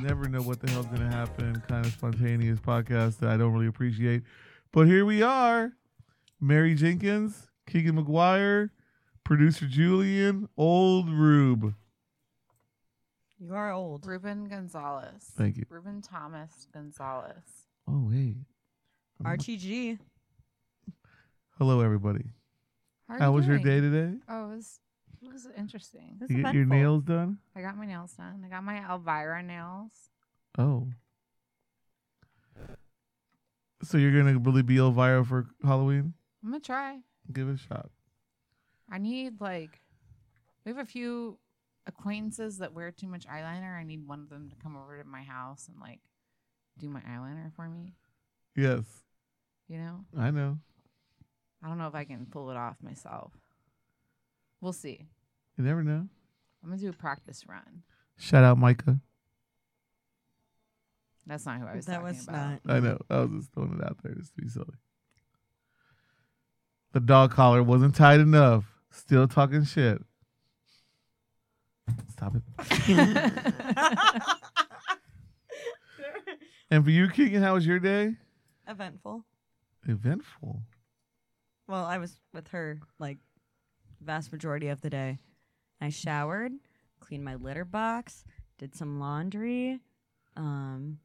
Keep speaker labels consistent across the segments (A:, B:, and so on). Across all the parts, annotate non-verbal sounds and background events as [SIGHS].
A: never know what the hell's going to happen. Kind of spontaneous podcast that I don't really appreciate. But here we are. Mary Jenkins, Keegan McGuire, producer Julian, old Rube.
B: You are old.
C: Ruben Gonzalez.
A: Thank you.
C: Ruben Thomas Gonzalez.
A: Oh, hey.
B: RTG.
A: Hello, everybody.
C: How, are
A: How
C: you
A: was your
C: doing?
A: day today?
C: Oh, it was it was interesting.
B: That's
A: You get your
B: eventful.
A: nails done?
C: I got my nails done. I got my Elvira nails.
A: Oh. So you're gonna really be Elvira for Halloween?
C: I'm gonna try.
A: Give it a shot.
C: I need like we have a few acquaintances that wear too much eyeliner. I need one of them to come over to my house and like do my eyeliner for me.
A: Yes,
C: You know?
A: I know.
C: I don't know if I can pull it off myself. We'll see.
A: You never know.
C: I'm gonna do a practice run.
A: Shout out Micah.
C: That's not who I was
B: That
C: talking
B: was
C: about.
B: not.
A: I know. I was just throwing it out there just to be silly. The dog collar wasn't tight enough. Still talking shit. Stop it.
B: [LAUGHS]
C: [LAUGHS]
A: And for you, Keegan, how was your day?
B: eventful.
A: Eventful.
B: Well, I was with her like vast majority of the day. I showered, cleaned my litter box, did some laundry, um,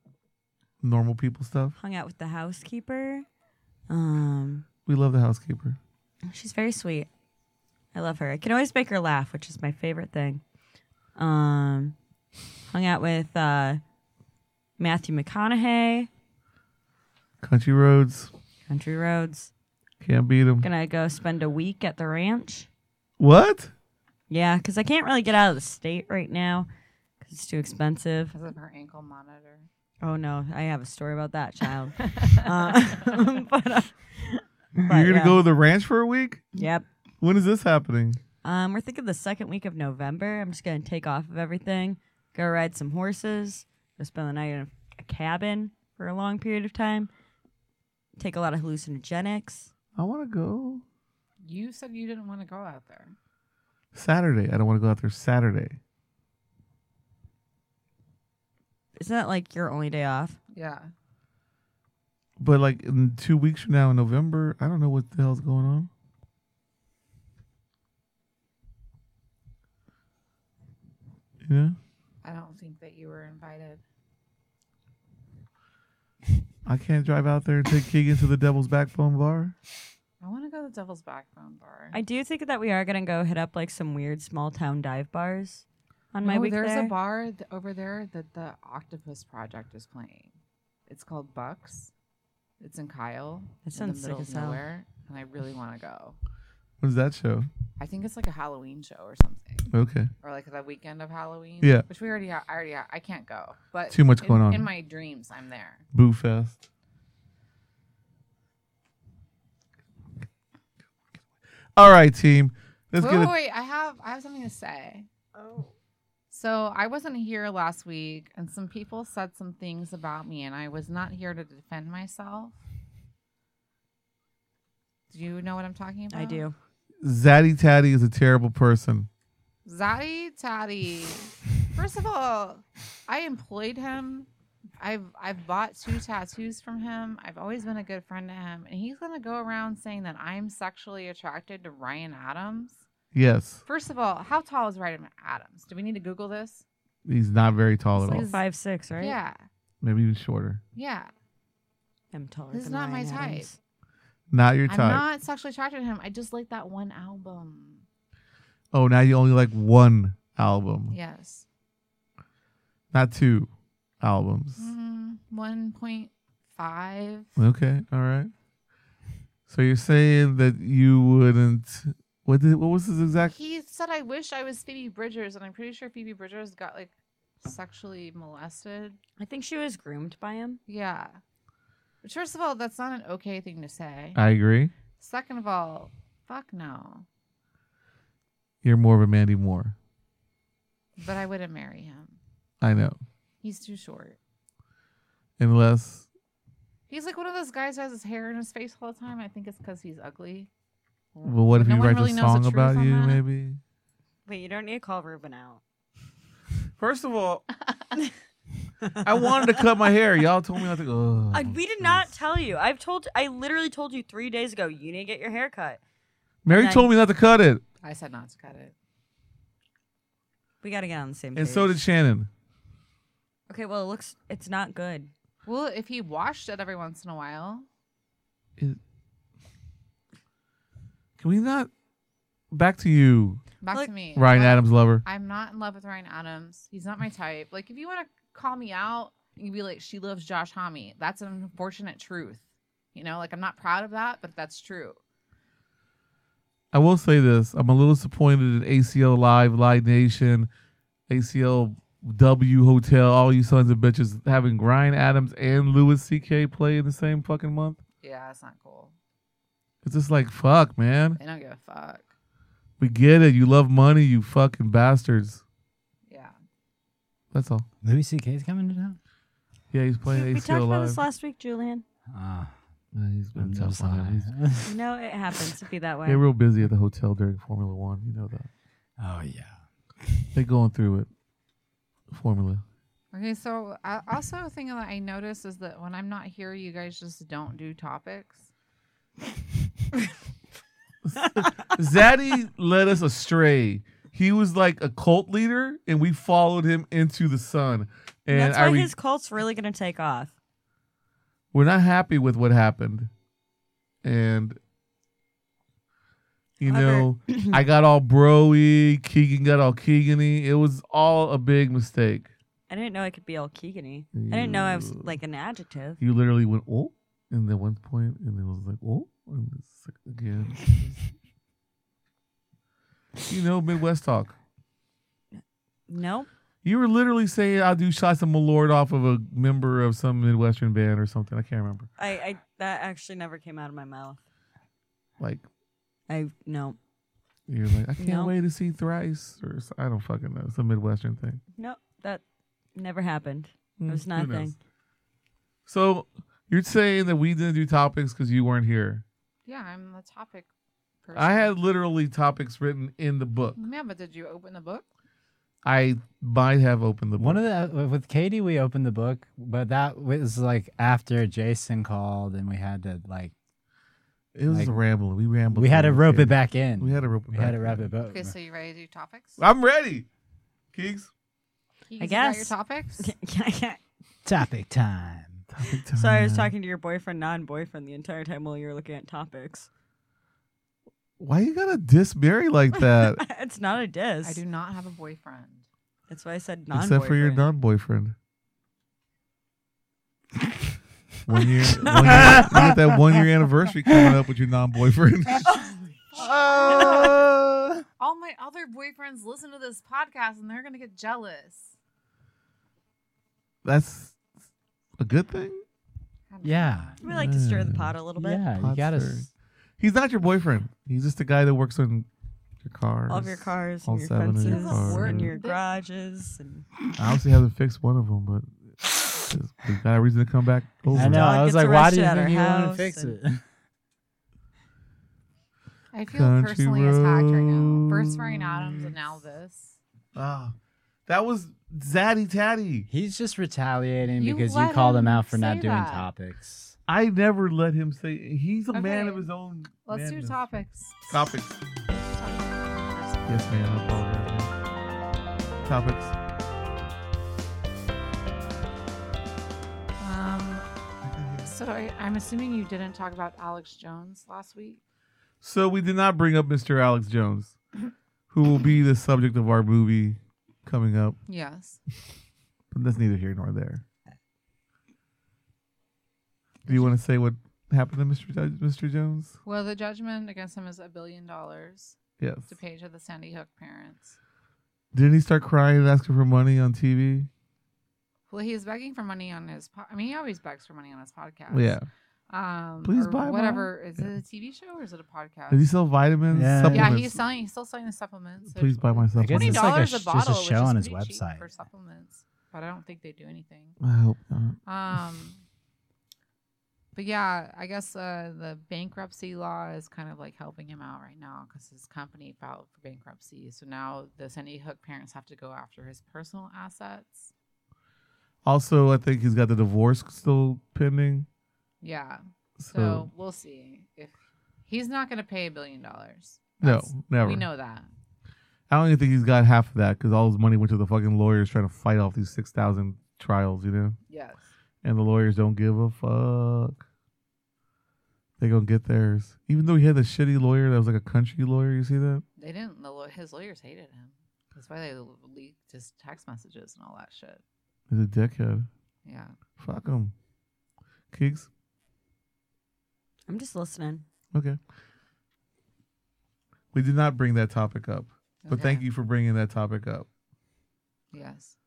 A: Normal people stuff.
B: hung out with the housekeeper. Um,
A: We love the housekeeper.
B: she's very sweet. I love her. I can always make her laugh, which is my favorite thing. Um, hung out with uh, Matthew McConaughey,
A: Country roads.
B: Country Roads.
A: Can't beat them.
B: Gonna go spend a week at the ranch.
A: What?
B: Yeah, because I can't really get out of the state right now because it's too expensive.
C: Because of her ankle monitor.
B: Oh no, I have a story about that child. uh, [LAUGHS] but, uh,
A: You're
B: but,
A: going to
B: yeah.
A: go to the ranch for a week?
B: Yep.
A: When is this happening?
B: Um, we're thinking the second week of November. I'm just gonna take off of everything, go ride some horses, go spend the night in a, a cabin for a long period of time, take a lot of hallucinogenics.
A: I want to go
C: You said you didn't want to go out there.
A: Saturday. I don't want to go out there Saturday.
B: Isn't that like your only day off?
C: Yeah.
A: But like in two weeks from now in November, I don't know what the hell's going on. Yeah,
C: I don't think that you were invited.
A: I can't drive out there and take Keegan to the Devil's Backbone Bar.
C: I want to go to the Devil's Backbone Bar.
B: I do think that we are gonna go hit up like some weird small town dive bars on my
C: No,
B: week
C: Oh, there's
B: there.
C: a bar th- over there that the Octopus Project is playing. It's called Bucks. It's in Kyle.
B: That
C: in the
B: sounds sick
C: middle
B: as
C: of
B: hell.
C: nowhere, and I really want to go.
A: When's that show?
C: I think it's like a Halloween show or something,
A: Okay,
C: or like the weekend of Halloween.
A: Yeah.
C: which we already have. I already ha I can't go, but
A: Too much
C: in-
A: going on.
C: In my dreams, I'm there.
A: Boo Fest. All right, team. Let's
C: wait,
A: get
C: wait,
A: it.
C: wait, I have I have something to say. So I wasn't here last week, and some people said some things about me, and I was not here to defend myself. Do you know what I'm talking about?
B: I do.
A: Zaddy Taddy is a terrible person.
C: Zaddy Taddy. First of all, I employed him. I've I've bought two tattoos from him. I've always been a good friend to him, and he's gonna go around saying that I'm sexually attracted to Ryan Adams.
A: Yes,
C: First of all, how tall is Ryan Adams? Do we need to Google this?
A: he's not very tall at
C: It's
A: all.
C: like-
B: Five six, right?
C: Yeah,
A: Maybe even shorter.
C: yeah.
B: I'm taller.
C: This is
B: than
C: not my
B: Ryan
C: type.
B: Adams.
A: Not your
C: I'm
A: type.
C: not sexually attracted to him. I just like that one album.
A: Oh, now you only like one album,
C: Yes.
A: not two albums.
C: Mm, 1.5.
A: Okay, all right. So you're saying that you wouldn't? What did? What was his exact?
C: He said, I wish I was Phoebe Bridgers, and I'm pretty sure Phoebe Bridgers got like sexually molested.
B: I think she was groomed by him.
C: Yeah. Which, first of all, that's not an okay thing to say.
A: I agree.
C: Second of all, fuck no.
A: You're more of a Mandy Moore.
C: But I wouldn't marry him.
A: I know.
C: He's too short.
A: Unless
C: He's like one of those guys who has his hair in his face all the time. I think it's because he's ugly.
A: well, what if
C: No
A: he
C: one
A: writes
C: really
A: a
C: knows the
A: song
C: truth
A: about
C: on
A: you?
C: that.
A: Maybe.
B: Wait, you don't need to call Ruben out.
C: [LAUGHS]
A: First of all, I wanted to cut my hair. Y'all told me not to. oh, Ugh.
B: Uh, we did not tell you. I've told. I literally told you three days ago. You need to get your hair cut.
A: Mary told me not to cut it,
C: I said not to cut it.
B: We got to get on the same.
A: and
B: page.
A: so did Shannon.
B: Okay, well, it looks. It's not good.
C: Well, if he washed it every once in a while,
A: Is- Can we not? Back to you,
C: back
B: Like-
C: to me.
A: Ryan
C: I-
A: Adams lover.
C: I'm not in love with Ryan Adams. He's not my type. Like, if you want to call me out, you can be like, she loves Josh Homme. That's an unfortunate truth. You know, like, I'm not proud of that, but that's true.
A: I will say this: I'm a little disappointed in ACL Live, Live Nation, ACL W Hotel, all you sons of bitches having Ryan Adams and Louis C.K. play in the same fucking month.
C: Yeah, that's not cool.
A: It's just like fuck, man.
C: They don't give a fuck.
A: We get it. You love money, you fucking bastards.
C: Yeah.
A: That's all.
D: Louis C.K.'s coming to town.
A: Yeah, he's playing
B: we talked
A: ACL
B: about
A: Live.
B: this last week, Julian.
D: Ah,
A: Yeah, he's been
D: I'm
A: tough on it. He's-
D: sorry.
B: You know it happens to be that way.
A: They're real busy at the hotel during Formula One. You know that
D: [LAUGHS] oh yeah.
A: they going through it. Formula.
C: Okay, so I also thing that I noticed is that when I'm not here, you guys just don't do topics.
A: Zaddy led us astray. He was like a cult leader, and we followed him into the sun. And
B: That's
A: I
B: why
A: re-
B: his cult's really gonna take off.
A: we're not happy with what happened. And you
B: [CLEARS THROAT]
A: know, I got all broy. Keegan got all Keegany. It was all a big mistake.
B: I didn't know I could be all Keegany. I didn't know I was
A: Ew.
B: like an adjective.
A: You literally went oh, and then one point, and it was like oh, and it's like,
B: [LAUGHS]
A: again. you know, Midwest talk.
B: Nope.
A: You were literally saying I'll do shots of Malord off of a member of some Midwestern band or something. I can't remember.
B: I, I that actually never came out of my mouth.
A: Like
B: I no.
A: you're like, I can't
B: No.
A: wait to see Thrice or s- I don't fucking know. It's a Midwestern thing.
B: Nope. That never [LAUGHS] happened. It
A: Mm,
B: was
A: who
B: nothing.
A: knows? So you're saying that we didn't do topics because you weren't here.
C: Yeah, I'm the topic person.
A: I had literally topics written in the book.
C: Yeah, but did you open the book?
A: I might have opened the book.
D: One of the uh, with Katie, we opened the book, but that was like after Jason called, and we had to like
A: it was
D: like-
A: a rambling. We rambled.
D: we had to
A: through
D: rope it
A: yeah.
D: back in.
A: We had to rope it
D: we had
A: back
D: to wrap
A: in.
D: it up.
C: Okay, so you ready to do topics?
A: I'm ready. Keeks.
C: You
B: I
C: got your
B: guess. [LAUGHS]
C: topics.
D: Topic time.
B: Sorry, I was talking to your boyfriend, non-boyfriend, the entire time while you were looking at topics.
A: Why you gotta diss Barry like
B: [LAUGHS]
A: that?
B: it's not a diss.
C: I do not have a boyfriend.
B: That's why I said non-boyfriend.
A: Except for your non boyfriend.
D: [LAUGHS]
A: one year, one year you got that one year anniversary coming up with your non
B: [LAUGHS]
A: boyfriend. Ah!
D: Oh.
C: All my other boyfriends listen to this podcast and they're gonna get jealous.
A: That's a good thing.
D: [LAUGHS] yeah.
B: We like to stir the pot a little bit.
D: Yeah, you
A: Pot
D: gotta.
A: stirring.
D: s-
A: He's not your boyfriend. He's just the guy that works on your cars.
B: All of your cars
A: All
B: and your
A: seven of
B: fences
A: your
C: cars.
B: and your
C: But-
B: garages and
A: I obviously haven't fixed one of them, but it's- we got a reason to come back. Over.
D: I know. I
B: dog
D: was
B: gets
D: like, why
B: arrested
D: do you
B: at
D: think
B: our
D: you want to
B: house
D: fix it? [LAUGHS]
B: and-
C: I feel
A: Country
C: personally attacked right now. First Ryan Adams and now this.
A: Ah, that was Zaddy Tatty.
D: He's just retaliating
C: You
D: because you
C: let
D: called
C: him
D: him out for not
C: say
D: doing
C: that.
D: topics.
A: I never let him say he's a man
C: Okay.
A: of his own.
C: Let's do
A: madness.
C: topics.
A: Topics. Yes, ma'am. I apologize. ma'am. Topics.
C: Um,
D: Mm-hmm.
C: so I, I'm assuming you didn't talk about Alex Jones last week.
A: So we did not bring up Mr. Alex Jones, who will be the subject of our movie coming up.
C: Yes.
A: But that's neither here nor there. Do you want to say what happened to Mr. Judge, Mr. Jones?
C: Well, the judgment against him is a billion dollars
A: Yes.
C: to pay to the Sandy Hook parents.
A: Didn't he start crying and asking for money on TV?
C: Well, he is begging for money on his. Po- I mean, he always begs for money on his podcast.
A: Yeah.
C: Um,
A: Please
C: or
A: buy mine.
C: whatever. Is
A: Yeah.
C: it a TV show or is it a
A: Did he
C: podcast?
A: sell vitamins?
D: Yeah. Yeah,
A: supplements?
C: Yeah, he's selling. He's still selling the supplements. so
A: Please buy my
D: I guess
C: Twenty
A: supplements.
D: it's like a
C: dollars
D: sh-
C: a,
D: just a
C: bottle, which
D: show
C: is
D: on his
C: pretty cheap
D: website.
C: for supplements, but I don't think they do anything.
A: I hope not.
C: Um, but yeah, I guess uh, the bankruptcy law is kind of like helping him out right now because his company filed for bankruptcy. So now the Sandy Hook parents have to go after his personal assets.
A: Also, I think he's got the divorce still pending.
C: Yeah.
A: So,
C: So we'll see if he's not going to pay a billion dollars.
A: no,
C: That's-
A: never.
C: We know that.
A: I don't even think he's got half of that because all his money went to the fucking lawyers trying to fight off these six thousand trials, you know.
C: Yes.
A: And the lawyers don't give a fuck. They gonna get theirs, even though he had a shitty lawyer that was like a country lawyer. You see that?
C: They didn't. The, law- his lawyers hated him. That's why they leaked his text messages and all that shit.
A: He's a dickhead.
C: Yeah.
A: Fuck him. Keeks.
B: I'm just listening.
A: Okay. We did not bring that topic up, but
C: Okay.
A: thank you for bringing that topic up.
C: Yes.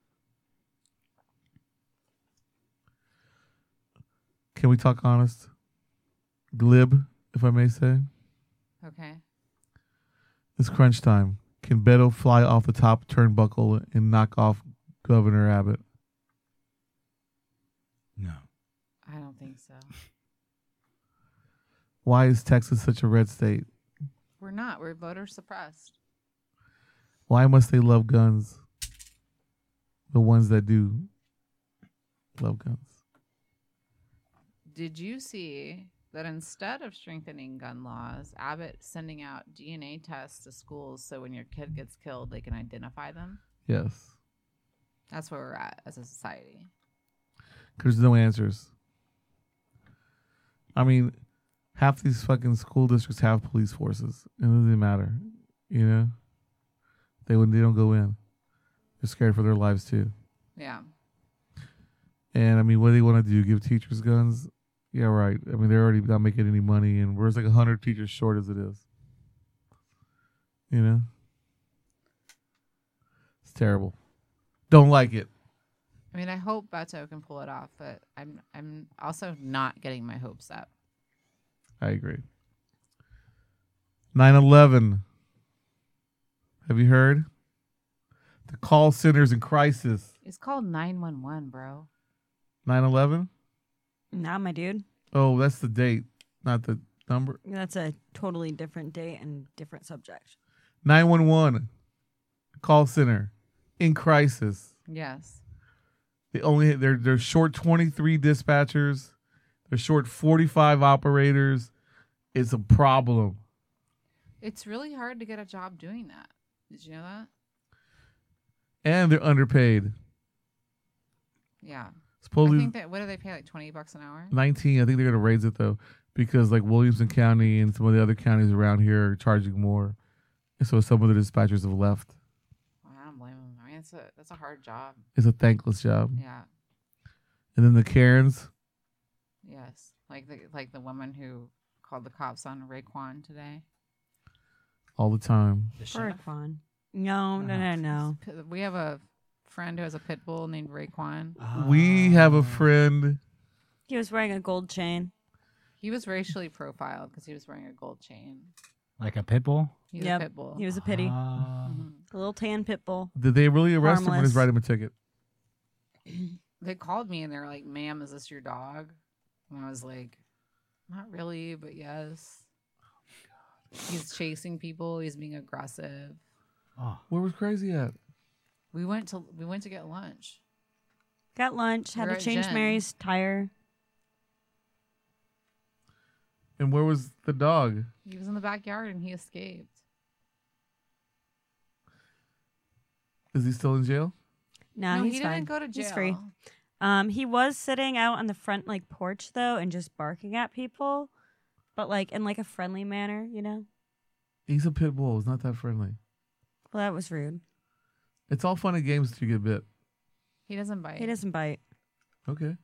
A: Can we talk honest? Glib, if I may say.
C: Okay.
A: It's crunch time. Can Beto fly off the top turnbuckle and knock off Governor Abbott?
D: No.
C: I don't think so.
A: Why is Texas such a red state?
C: We're not. We're voter suppressed.
A: Why must they love guns? The ones that do love guns.
C: Did you see that instead of strengthening gun laws, Abbott sending out DNA tests to schools so when your kid gets killed, they can identify them?
A: Yes.
C: That's where we're at as a society.
A: There's no answers. I mean, half these fucking school districts have police forces. It doesn't matter, you know. They when they don't go in, they're scared for their lives too.
C: Yeah.
A: And I mean, what do they want to do? Give teachers guns? Yeah, right. I mean, they're already not making any money, and we're just like hundred teachers short as it is. You know, it's terrible. Don't like it.
C: I mean, I hope Beto can pull it off, but I'm I'm also not getting my hopes up.
A: I agree. 9 11. Have you heard? The call centers in crisis.
C: It's called 911, bro.
A: 9 11?
B: Nah, my dude.
A: Oh, that's the date, not the number.
B: That's a totally different date and different subject.
A: 911. Call center in crisis.
C: Yes.
A: They only they're they're short 23 dispatchers. They're short 45 operators. It's a problem.
C: It's really hard to get a job doing that. Did you know that?
A: And they're underpaid.
C: Yeah. I
A: Supposedly
C: think that what do they pay like 20 bucks an hour?
A: 19. I think they're going to raise it though because like Williamson County and some of the other counties around here are charging more. And so some of the dispatchers have left.
C: Well, I don't blame them. I mean, it's a that's a hard job.
A: It's a thankless job.
C: Yeah.
A: And then the Karens,
C: Yes. Like the like the woman who called the cops on Raekwon today.
A: all the time.
B: Raekwon. No, no, no,
D: Uh-huh.
B: no.
C: P- We have a friend who has a pit bull named Raekwon.
A: We have a friend.
B: He was wearing a gold chain.
C: He was racially profiled because he was wearing a gold chain.
D: Like a pit bull?
C: He's
B: Yep.
C: a pit bull.
B: He was a pity. Mm-hmm.
D: Ah.
C: Mhm.
B: The little tan pit bull.
A: Did they really arrest him when he's writing
B: Harmless.
A: a ticket?
C: They called me and they're like, "Ma'am, is this your dog?" And I was like, "Not really, but yes." He's chasing people. He's being aggressive.
D: Oh.
A: Where was Crazy at?
C: We went to we went to get lunch.
B: Got lunch. Had
C: We're
B: to
C: at
B: change
C: Jen.
B: Mary's tire.
A: And where was the dog?
C: He was in the backyard and he escaped.
A: Is he still in jail?
B: No,
C: no,
B: he's
C: he
B: fine.
C: didn't go to jail.
B: He's free. Um, he was sitting out on the front like porch though, and just barking at people, but like in like a friendly manner, you know.
A: He's a pit bull. He's not that friendly.
B: Well, that was rude.
A: It's all fun and games till you get bit.
C: He doesn't bite.
B: He doesn't bite.
A: Okay.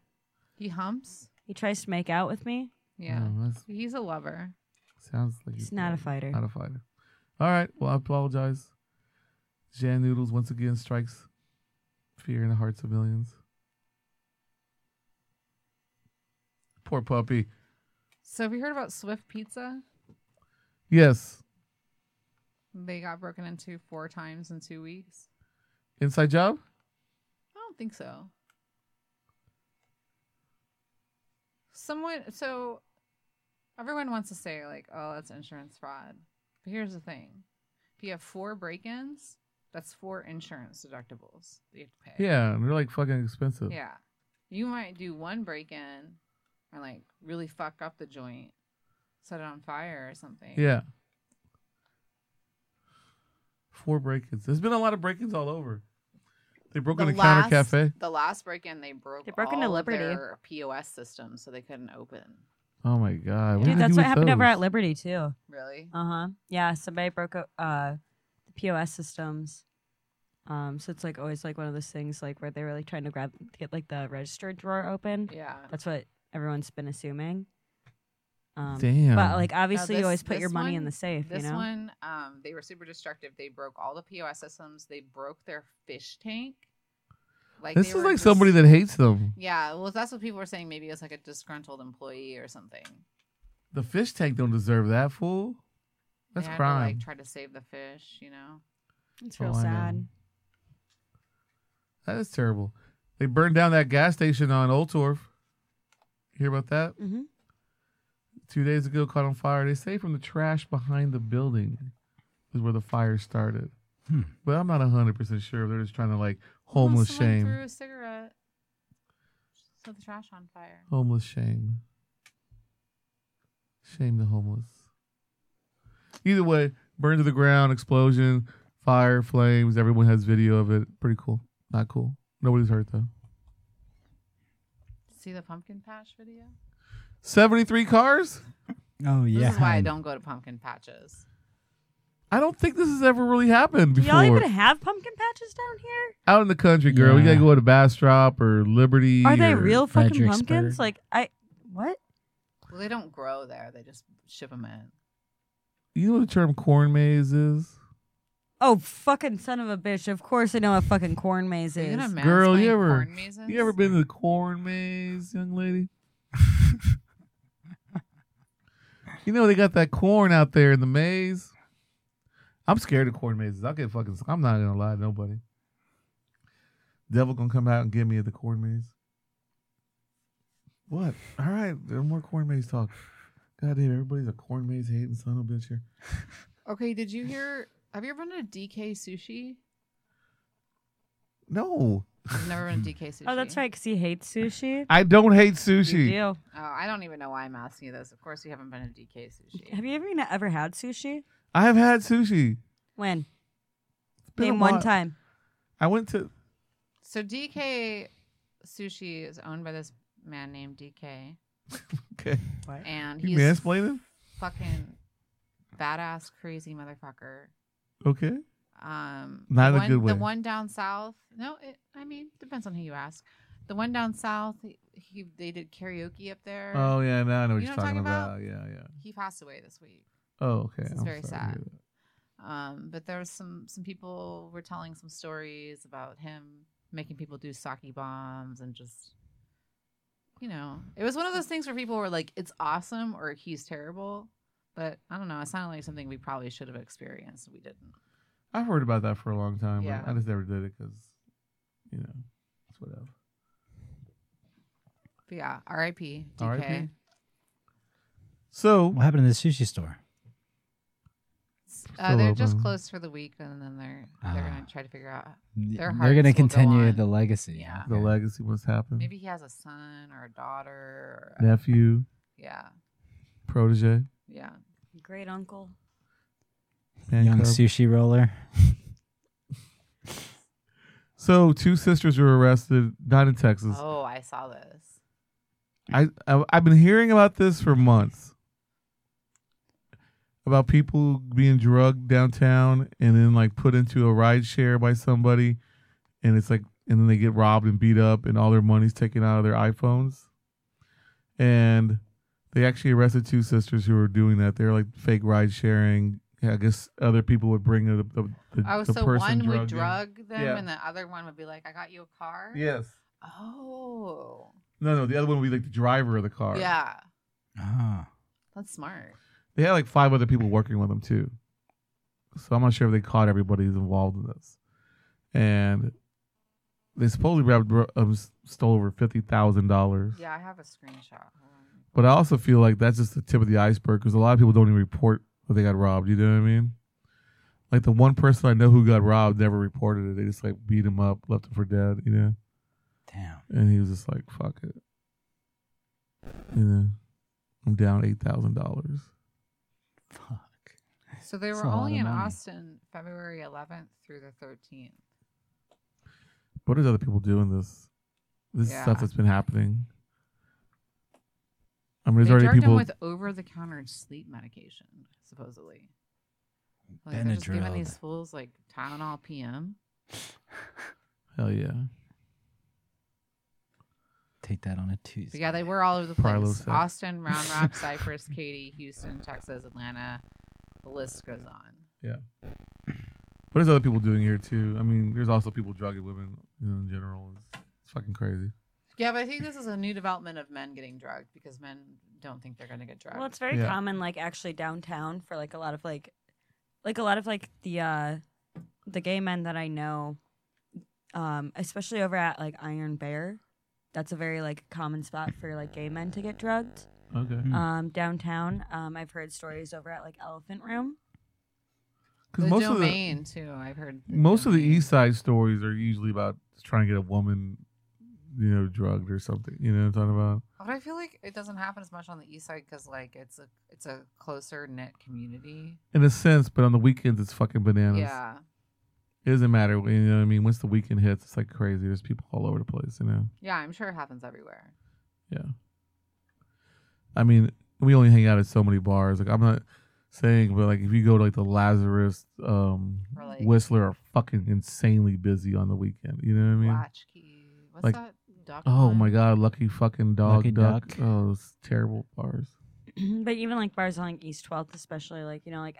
C: He humps.
B: He tries to make out with me.
C: Yeah.
A: No, Oh, that's-
C: He's a lover.
A: Sounds like
B: He's not a fighter.
A: Not a fighter. All right. Well, I apologize. Jan Noodles once again strikes fear in the hearts of millions. Poor puppy.
C: So have you heard about Swift Pizza?
A: Yes.
C: They got broken into four times in two weeks.
A: Inside job?
C: I don't think so. Someone so everyone wants to say like, oh, that's insurance fraud. But here's the thing. If you have four break ins, that's four insurance deductibles that you have to pay.
A: Yeah. And they're like fucking expensive.
C: Yeah. You might do one break in or like really fuck up the joint, set it on fire or something.
A: Yeah. Four break-ins. There's been a lot of break-ins all over. They broke into Counter Cafe.
C: The last break in, they broke.
B: They broke into
C: all of
B: Liberty.
C: Their POS system, so they couldn't open.
A: Oh my god!
B: Dude,
A: did they do
B: that's what
A: with
B: happened over
A: those?
B: at Liberty too.
C: Really?
B: Uh huh. Yeah, somebody broke up uh, the POS systems. Um, so it's like always like one of those things like where they were like trying to grab get like the register drawer open.
C: Yeah. [LAUGHS]
B: That's what everyone's been assuming. Um,
A: Damn.
B: But like obviously,
C: this-
B: you always put
C: this
B: your money in
C: one-
B: the safe.
C: This
B: you know.
C: one, um, they were super destructive. They broke all the POS systems. They broke their fish tank. Like
A: This
C: they
A: is
C: were
A: like
C: just-
A: somebody that hates them.
C: Yeah, well, that's what people were saying. Maybe it's like a disgruntled employee or something.
A: The fish tank don't deserve that fool.
C: They
A: That's
C: had To,
A: crime.
C: like try to save the fish, you know.
B: It's
A: Oh,
B: real
A: I know.
B: sad.
A: That is terrible. They burned down that gas station on Old Torf. Hear about that?
B: Mm-hmm.
A: Two days ago, caught on fire. They say from the trash behind the building is where the fire started.
D: Hmm.
A: But I'm not 100% sure. They're just trying to like homeless
C: oh, someone
A: shame.
C: Threw a cigarette. Set the trash on fire.
A: Homeless shame. Shame the homeless. Either way, burn to the ground, explosion, fire, flames. Everyone has video of it. Pretty cool. Not cool. Nobody's hurt though.
C: See the pumpkin patch video.
A: 73 cars?
D: Oh
C: This
D: yeah.
C: is why I don't go to pumpkin patches.
A: I don't think this has ever really happened
B: Do y'all
A: before.
B: even have pumpkin patches down here?
A: Out in the country, girl. We
D: Yeah.
A: gotta go to Bastrop or Liberty.
B: Are they
A: or-
B: real fucking
D: Fredericksburg.
B: pumpkins? Like I what?
C: Well, they don't grow there. They just ship them in.
A: You know what the term corn maze is?
B: Oh fucking son of a bitch! Of course I know what fucking corn maze
C: Are you
B: is.
C: gonna
A: Girl, you
C: mansplain
A: ever-
C: corn mazes?
A: You ever been to the corn maze, young lady? you know they got that corn out there in the maze. I'm scared of corn mazes. I'll get fucking. I'm not gonna lie to nobody. Devil gonna come out and get me at the corn maze. What? All right, no more corn maze talk. God damn, everybody's a corn maze hating son of a bitch here.
C: Okay, did you hear? Have you ever been to DK Sushi?
A: No,
C: I've never been
A: [LAUGHS]
C: to DK Sushi.
B: Oh, that's right, because he hates
A: [SIGHS]
B: sushi.
A: I don't hate
B: You
A: sushi.
B: do.
C: Oh, I don't even know why I'm asking you this. Of course, you haven't been to DK Sushi.
B: Have you ever even ever had sushi?
A: I have had sushi.
B: When?
A: It's been a
B: Name one
A: while.
B: time.
A: I went to
C: So DK Sushi is owned by this man named DK,
A: okay.
C: and
A: You
C: he's
A: mansplaining?
C: fucking badass, crazy motherfucker.
A: Okay.
C: Um,
A: Not in
C: the
A: a
C: one,
A: good
C: The
A: way.
C: one down south. No, it, I mean depends on who you ask. The one down south, he, he they did karaoke up there.
A: Oh yeah, now I know what
C: You
A: you're
C: know what I'm
A: talking
C: talking
A: about. Yeah, yeah.
C: He passed away this week.
A: Oh, okay.
C: This is
A: I'm
C: very
A: sorry to hear
C: sad. Um, but there was some some people were telling some stories about him making people do sake bombs and just you know it was one of those things where people were like it's awesome or he's terrible but i don't know it sounded like something we probably should have experienced we didn't
A: that. I've heard about that for a long time.
C: Yeah.
A: But I just never did it because, you know, it's whatever.
C: but yeah rip dk
A: R.I.P.. So
D: What happened in the sushi store?
C: Uh, they're
A: Still
C: just
A: open.
C: closed for the week and then they're they're gonna
D: Ah.
C: try to figure out Their
D: They're
C: hearts will
D: going
C: go
D: to continue
C: on.
D: the legacy.
C: Yeah.
A: the legacy must happen.
C: maybe he has a son or a daughter or,
A: Nephew,
C: yeah
A: protege,
C: yeah
B: Great uncle.
A: man
D: Young
A: cub.
D: sushi roller.
A: So two sisters were arrested, not in Texas.
C: oh i saw this
A: I, I I've been hearing about this for months. About people being drugged downtown and then like put into a ride share by somebody and it's like and then they get robbed and beat up and all their money's taken out of their iPhones. And they actually arrested two sisters who were doing that. They were like fake ride sharing. Yeah, I guess other people would bring the the, the,
C: Oh,
A: the
C: so
A: person
C: one would
A: drugged in.
C: drug them,
A: Yeah.
C: and the other one would be like, "I got you a car."
A: Yes.
C: Oh.
A: No, no. The other one would be like the driver of the car.
C: Yeah,
D: Oh.
C: that's smart.
A: They had like five other people working with them too. So I'm not sure if they caught everybody who's involved in this. And they supposedly grabbed, um, s- stole over fifty thousand dollars.
C: Yeah, I have a screenshot. Hold on.
A: But I also feel like that's just the tip of the iceberg because a lot of people don't even report that they got robbed. You know what I mean? Like the one person I know who got robbed never reported it. They just like beat him up, left him for dead. You know?
D: Damn.
A: And he was just like, fuck it. You know, I'm down $8,000.
D: Fuck.
C: So they
D: It's
C: were
D: a lot
C: only
D: of
C: in
D: money.
C: Austin February 11th through the 13th.
A: What is other people doing this? This is
C: Yeah.
A: stuff that's been happening. I mean, there's
C: they
A: already
C: charged
A: people.
C: him with over-the-counter sleep medication, supposedly. Like they're just giving
D: Benadryl.
C: these fools like Tylenol PM.
A: hell yeah.
D: Take that on a Tuesday.
C: But yeah, they were all over the place:
A: Prilosec.
C: Austin, Round Rock, Cypress, Katy, Houston, Texas, Atlanta. The list goes on.
A: But there's other people doing here too. I mean, there's also people drugging women you know, in general. It's, it's fucking crazy.
C: Yeah, but I think this is a new development of men getting drugged because men don't think they're going to get drugged.
B: Well, it's very
A: Yeah.
B: common, like actually downtown, for like a lot of like, like a lot of like the uh the gay men that I know, um, especially over at like Iron Bear, that's a very like common spot for like gay men to get drugged.
A: Okay.
C: Uh,
D: Hmm.
B: Um, downtown, um, I've heard stories over at like Elephant Room. [CLEARS THROAT]
A: Because
C: the
A: most of the
C: domain too. I've heard the
A: most of the
C: Domain.
A: East Side stories are usually about trying to get a woman, you know, drugged or something. You know what I'm talking about?
C: But I feel like it doesn't happen as much on the East Side because like it's a it's a closer knit community.
A: In a sense, but on the weekends it's fucking bananas.
C: Yeah.
A: It doesn't matter. You know what I mean? Once the weekend hits, it's like crazy. There's people all over the place. You know.
C: Yeah, I'm sure it happens everywhere.
A: I mean, we only hang out at so many bars. Like I'm not saying, but like if you go to like the Lazarus, um,
C: Or like
A: Whistler are fucking insanely busy on the weekend. You know what I mean?
C: Latchkey. What's
A: like-
C: that? Duck
A: Oh
C: one?
A: my god, lucky fucking dog
D: Lucky
A: duck.
D: duck.
A: Oh, those terrible bars.
B: but even like bars on like East Twelfth, especially like you know like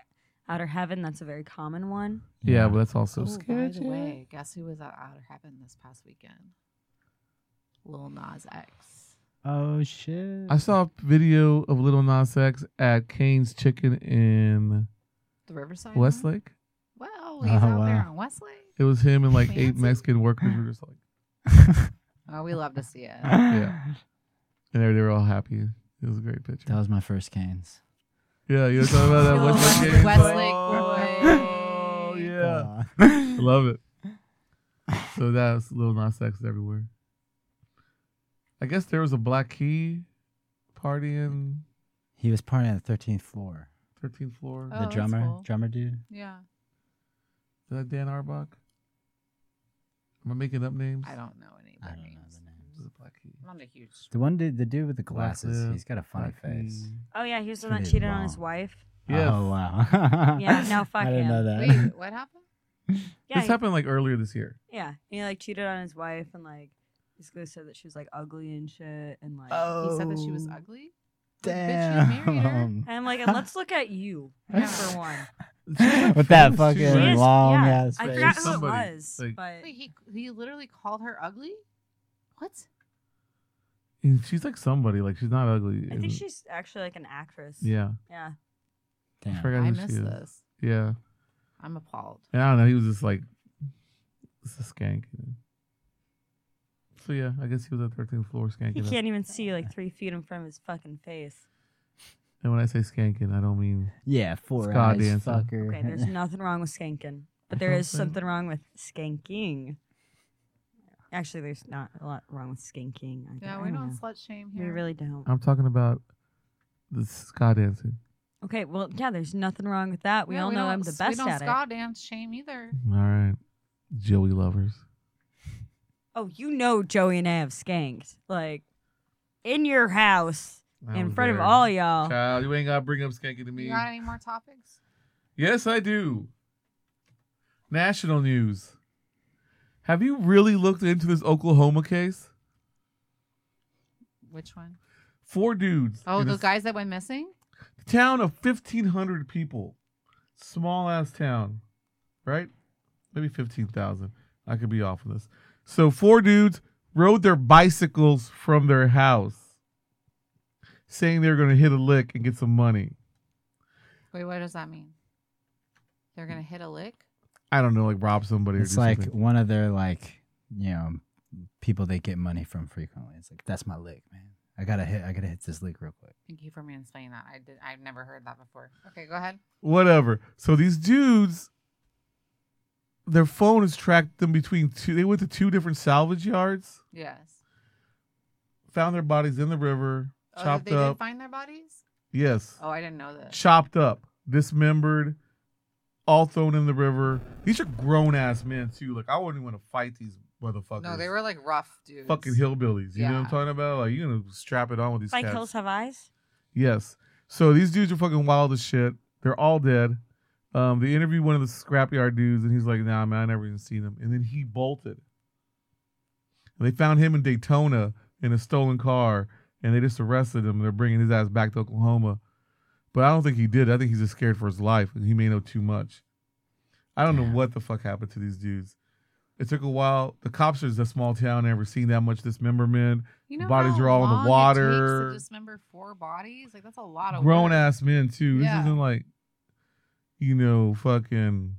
B: Outer Heaven, that's a very common one.
A: Yeah, but that's also
C: Ooh, Oh, by
A: sketchy.
C: the way, guess who was at Outer Heaven this past weekend? Lil Nas X.
D: Oh shit.
A: I
D: [LAUGHS]
A: saw a video of Little Nas X at Kane's Chicken in
C: The Riverside. one?
A: Westlake.
C: Wow, he's
D: Oh,
C: out there
D: wow.
C: on Westlake.
A: It was him and like eight
C: Fancy.
A: Mexican workers were just like,
C: Oh, we love to
A: [LAUGHS]
C: see it.
A: Yeah. and they they were all happy. It was a great picture.
D: That was my first canes.
A: yeah, you know talking about that
C: Oh,
A: Westlake game? [LAUGHS]
C: Westlake
A: oh,
C: boy.
A: yeah, I [LAUGHS]
D: Aw.
A: love it. So that's Little Nas X everywhere. I guess there was a Black Key party in
D: he was partying on the 13th floor.
A: 13th floor.
C: Oh,
D: the
C: that's
D: drummer,
C: cool.
D: drummer dude.
C: Yeah.
A: Is that Dan Arbach? Am I making up names?
C: I don't know any of
D: I
C: their
D: don't know
C: names.
D: the
A: This is
D: names.
A: a black key.
C: I'm not a huge.
D: The one dude, the dude with the glasses.
A: lip,
D: he's got a funny
A: Black
D: face.
A: key.
B: Oh yeah, he was the one that
D: Pretty
B: cheated on his
D: long.
B: wife.
A: Yes.
D: Oh wow.
B: Yeah,
D: [LAUGHS]
B: no, fuck
D: I
B: him.
D: didn't know
C: Wait,
A: [LAUGHS]
D: that.
C: what happened?
B: Yeah,
A: this
B: he-
A: happened like earlier this
D: [LAUGHS]
A: year.
B: Yeah, and he like cheated on his wife and like basically said that she was like ugly and shit and like
C: He said that she was
D: Oh,
C: ugly. Like,
D: Damn.
C: Bitch, you married her.
B: and I'm like
C: [LAUGHS]
B: and let's look at you
C: Yeah.
B: number
C: [LAUGHS]
B: one.
D: With that
A: She
D: fucking
A: is-
B: She is-
D: long
B: yeah,
D: ass
B: I
D: face.
B: forgot who
A: Somebody,
B: it was,
A: like-
B: but
C: Wait, he he literally called her ugly. What?
A: And she's like somebody. Like she's not ugly.
B: I
A: and-
B: think she's actually like an actress.
A: Yeah.
B: yeah.
A: I
D: Damn.
A: forgot
C: I
A: who
C: missed
A: she is.
C: this.
A: Yeah.
C: I'm appalled.
A: And I don't know. He was just like, it's a skank. you know. So yeah, I guess he was at 13th floor
B: He
A: skanking. it.
B: can't even see like three feet in front of his fucking face.
A: And when I say skanking, I don't mean
D: Yeah, four
A: Ska
D: eyes,
A: dancer.
D: fucker.
B: Okay,
D: [LAUGHS]
B: there's [LAUGHS] nothing wrong with skanking, but there is something wrong with skanking. Actually, there's not a lot wrong with skanking. either.
C: Yeah,
B: I
C: we
B: don't
C: don't
B: know.
C: slut shame
B: We
C: here.
B: really don't.
A: I'm talking about the ska dancing.
B: Okay, well, yeah, there's nothing wrong with that. We
C: Yeah,
B: all know
C: don't
B: I'm the
C: s-
B: best
C: We don't
B: at
C: ska
B: it.
C: dance shame either.
A: All right, Joey lovers.
B: Oh, you know Joey and I have skanked. Like, in your house,
A: I
B: in
A: was
B: front of
A: there.
B: all y'all.
A: Child, you ain't gotta bring up skanking to
C: You
A: me.
C: got any more topics?
A: Yes, I do. National news. Have you really looked into this Oklahoma case?
C: Which one?
A: Four dudes.
C: Oh,
A: in
C: those
A: a
C: guys that went missing.
A: Town of 1,500 people. Small ass town, right? Maybe 15,000. I could be off on this. So, four dudes rode their bicycles from their house saying they were going to hit a lick and get some money.
C: Wait, what does that mean? They're gonna hit a lick.
A: I don't know, like rob somebody or
D: It's
A: do
D: like
A: something.
D: one of their like, you know, people they get money from frequently. It's like that's my lick, man. I gotta hit. I gotta hit this lick real quick.
C: Thank you for mansplaining that. I did. I've never heard that before. Okay, go ahead.
A: whatever. So these dudes their phone has tracked them between two. They went to two different salvage yards,
C: Yes.
A: found their bodies in the river,
C: Oh,
A: chopped
C: they did
A: up.
C: find their bodies?
A: yes,
C: Oh, I didn't know that.
A: chopped up, dismembered, all thrown in the river. These are grown ass men too. Like I wouldn't want to fight these motherfuckers.
C: No, they were like rough dudes.
A: fucking hillbillies. You know what I'm
C: Yeah.
A: talking about? Like you gonna strap it on with these
B: Like
A: cats.
B: hills have eyes.
A: Yes. So these dudes are fucking wild as shit. They're all dead. Um, they interviewed one of the scrapyard dudes, and he's like, "Nah, man, I never even seen him." And then he bolted. And they found him in Daytona in a stolen car, and they just arrested him. They're bringing his ass back to Oklahoma, but I don't think he did. I think he's just scared for his life, and he may know too much. I don't know
D: Damn.
A: what the fuck happened to these dudes. It took a while. The cops are just a small town. Never seen that much dismemberment.
C: You know
A: Bodies
C: how
A: are all in the
C: long it takes
A: water.
C: to dismember four bodies? Like that's a lot of
A: grown
C: work.
A: ass men too.
C: Yeah.
A: This isn't like, you know, fucking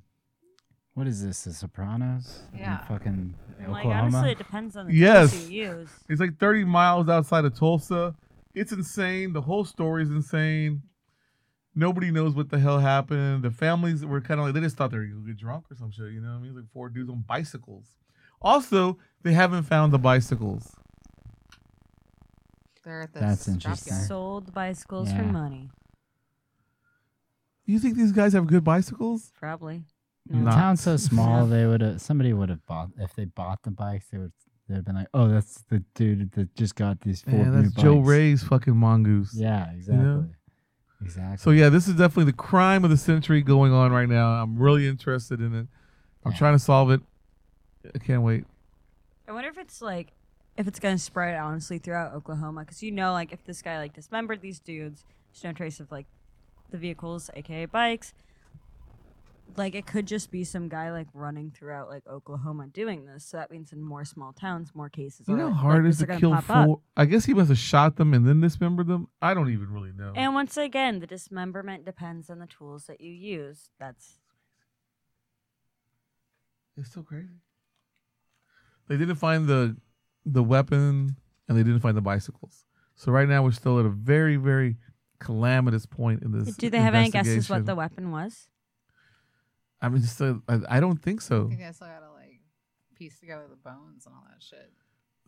D: What is this? The Sopranos? In
C: Yeah.
D: Fucking
B: Like
D: Oklahoma.
B: honestly, it depends on the
A: Yes.
B: tools you use.
A: It's like 30 miles outside of Tulsa. It's insane. The whole story is insane. Nobody knows what the hell happened. The families were kind of like, they just thought they were going to get drunk or some shit. You know what I mean? Like four dudes on bicycles. Also, they haven't found the bicycles.
C: They're at the
D: That's
C: scrapyard.
D: interesting. So-
B: Sold bicycles for
D: Yeah.
B: money,
A: You think these guys have good bicycles?
B: probably.
A: No.
D: The
A: Nah.
D: town's so small. They would have somebody would have bought if they bought the bikes. They would they'd have been like, oh, that's the dude that just got these four
A: Man,
D: new
A: that's Joe
D: bikes."
A: Ray's fucking mongoose.
D: Yeah, exactly.
A: know?
D: Exactly.
A: So, yeah, this is definitely the crime of the century going on right now. I'm really interested in it. I'm
D: Yeah.
A: trying to solve it. I can't wait.
B: I wonder if it's like if it's gonna spread honestly throughout Oklahoma, because you know, like if this guy like dismembered these dudes, there's no trace of like the vehicles, aka bikes. Like it could just be some guy like running throughout like Oklahoma doing this. So that means in more small towns, more cases.
A: You
B: are,
A: know how
B: like,
A: hard it
B: this
A: is
B: are
A: to
B: gonna
A: kill
B: pop up.
A: four? I guess he must have shot them and then dismembered them. I don't even really know.
B: And once again, the dismemberment depends on the tools that you use. That's
A: it's still crazy. They didn't find the the weapon and they didn't find the bicycles. So right now we're still at a very very calamitous point in this.
B: do they have any guesses what
A: investigation.
B: the weapon was?
A: I mean, still, I, I don't think
C: I
A: so.
C: think I still gotta like piece together the bones and all that shit.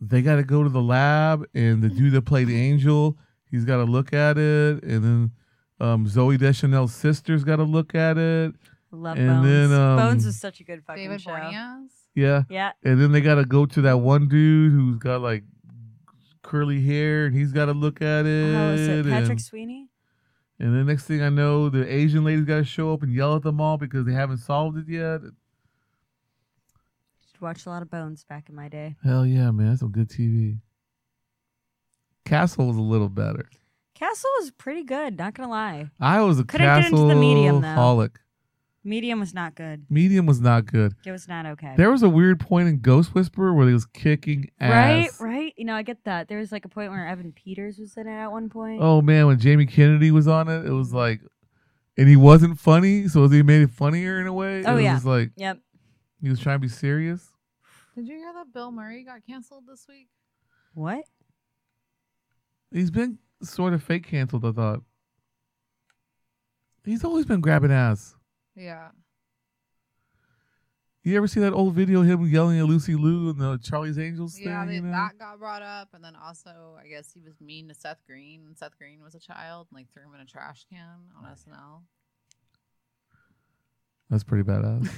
A: They got to go to the lab and the dude that played Angel, he's got to look at it, and then um, Zoe Deschanel's sister's got to look at it.
B: Love
A: And
B: Bones.
A: then,
B: Bones
A: um,
B: is such a good fucking
C: David
B: show.
C: Boreanaz?
A: Yeah.
B: Yeah,
A: And then they gotta go to that one dude who's got like curly hair, and he's gotta look at it.
B: how Oh, is it? Patrick
A: And,
B: Sweeney.
A: and the next thing I know, the Asian lady's gotta show up and yell at them all because they haven't solved it yet.
B: Used to watch a lot of Bones back in my day.
A: Hell yeah, man, that's some good TV. Castle was a little better.
B: Castle was pretty good, not gonna lie.
A: I was a
B: Couldn't get into
A: Castle
B: the medium, though.
A: holic.
B: Medium was not good.
A: Medium was not good.
B: It was not okay.
A: There was a weird point in Ghost Whisperer where they was kicking
B: right,
A: ass.
B: right. You know, I get that. There was like a point where Evan Peters was in it at one point.
A: Oh man, when Jamie Kennedy was on it, it was like, and he wasn't funny, so he made it funnier in a way.
B: Oh,
A: it was
B: yeah.
A: just like
B: Yep.
A: he was trying to be serious.
C: Did you hear that Bill Murray got canceled this week?
B: What?
A: He's been sort of fake canceled. I thought he's always been grabbing ass.
C: Yeah.
A: You ever see that old video of him yelling at Lucy Liu and the Charlie's Angels
C: Yeah,
A: thing?
C: they,
A: you know?
C: that got brought up, and then also, I guess he was mean to Seth Green when Seth Green was a child, and like threw him in a trash can on SNL.
A: That's pretty
B: [LAUGHS]
A: badass.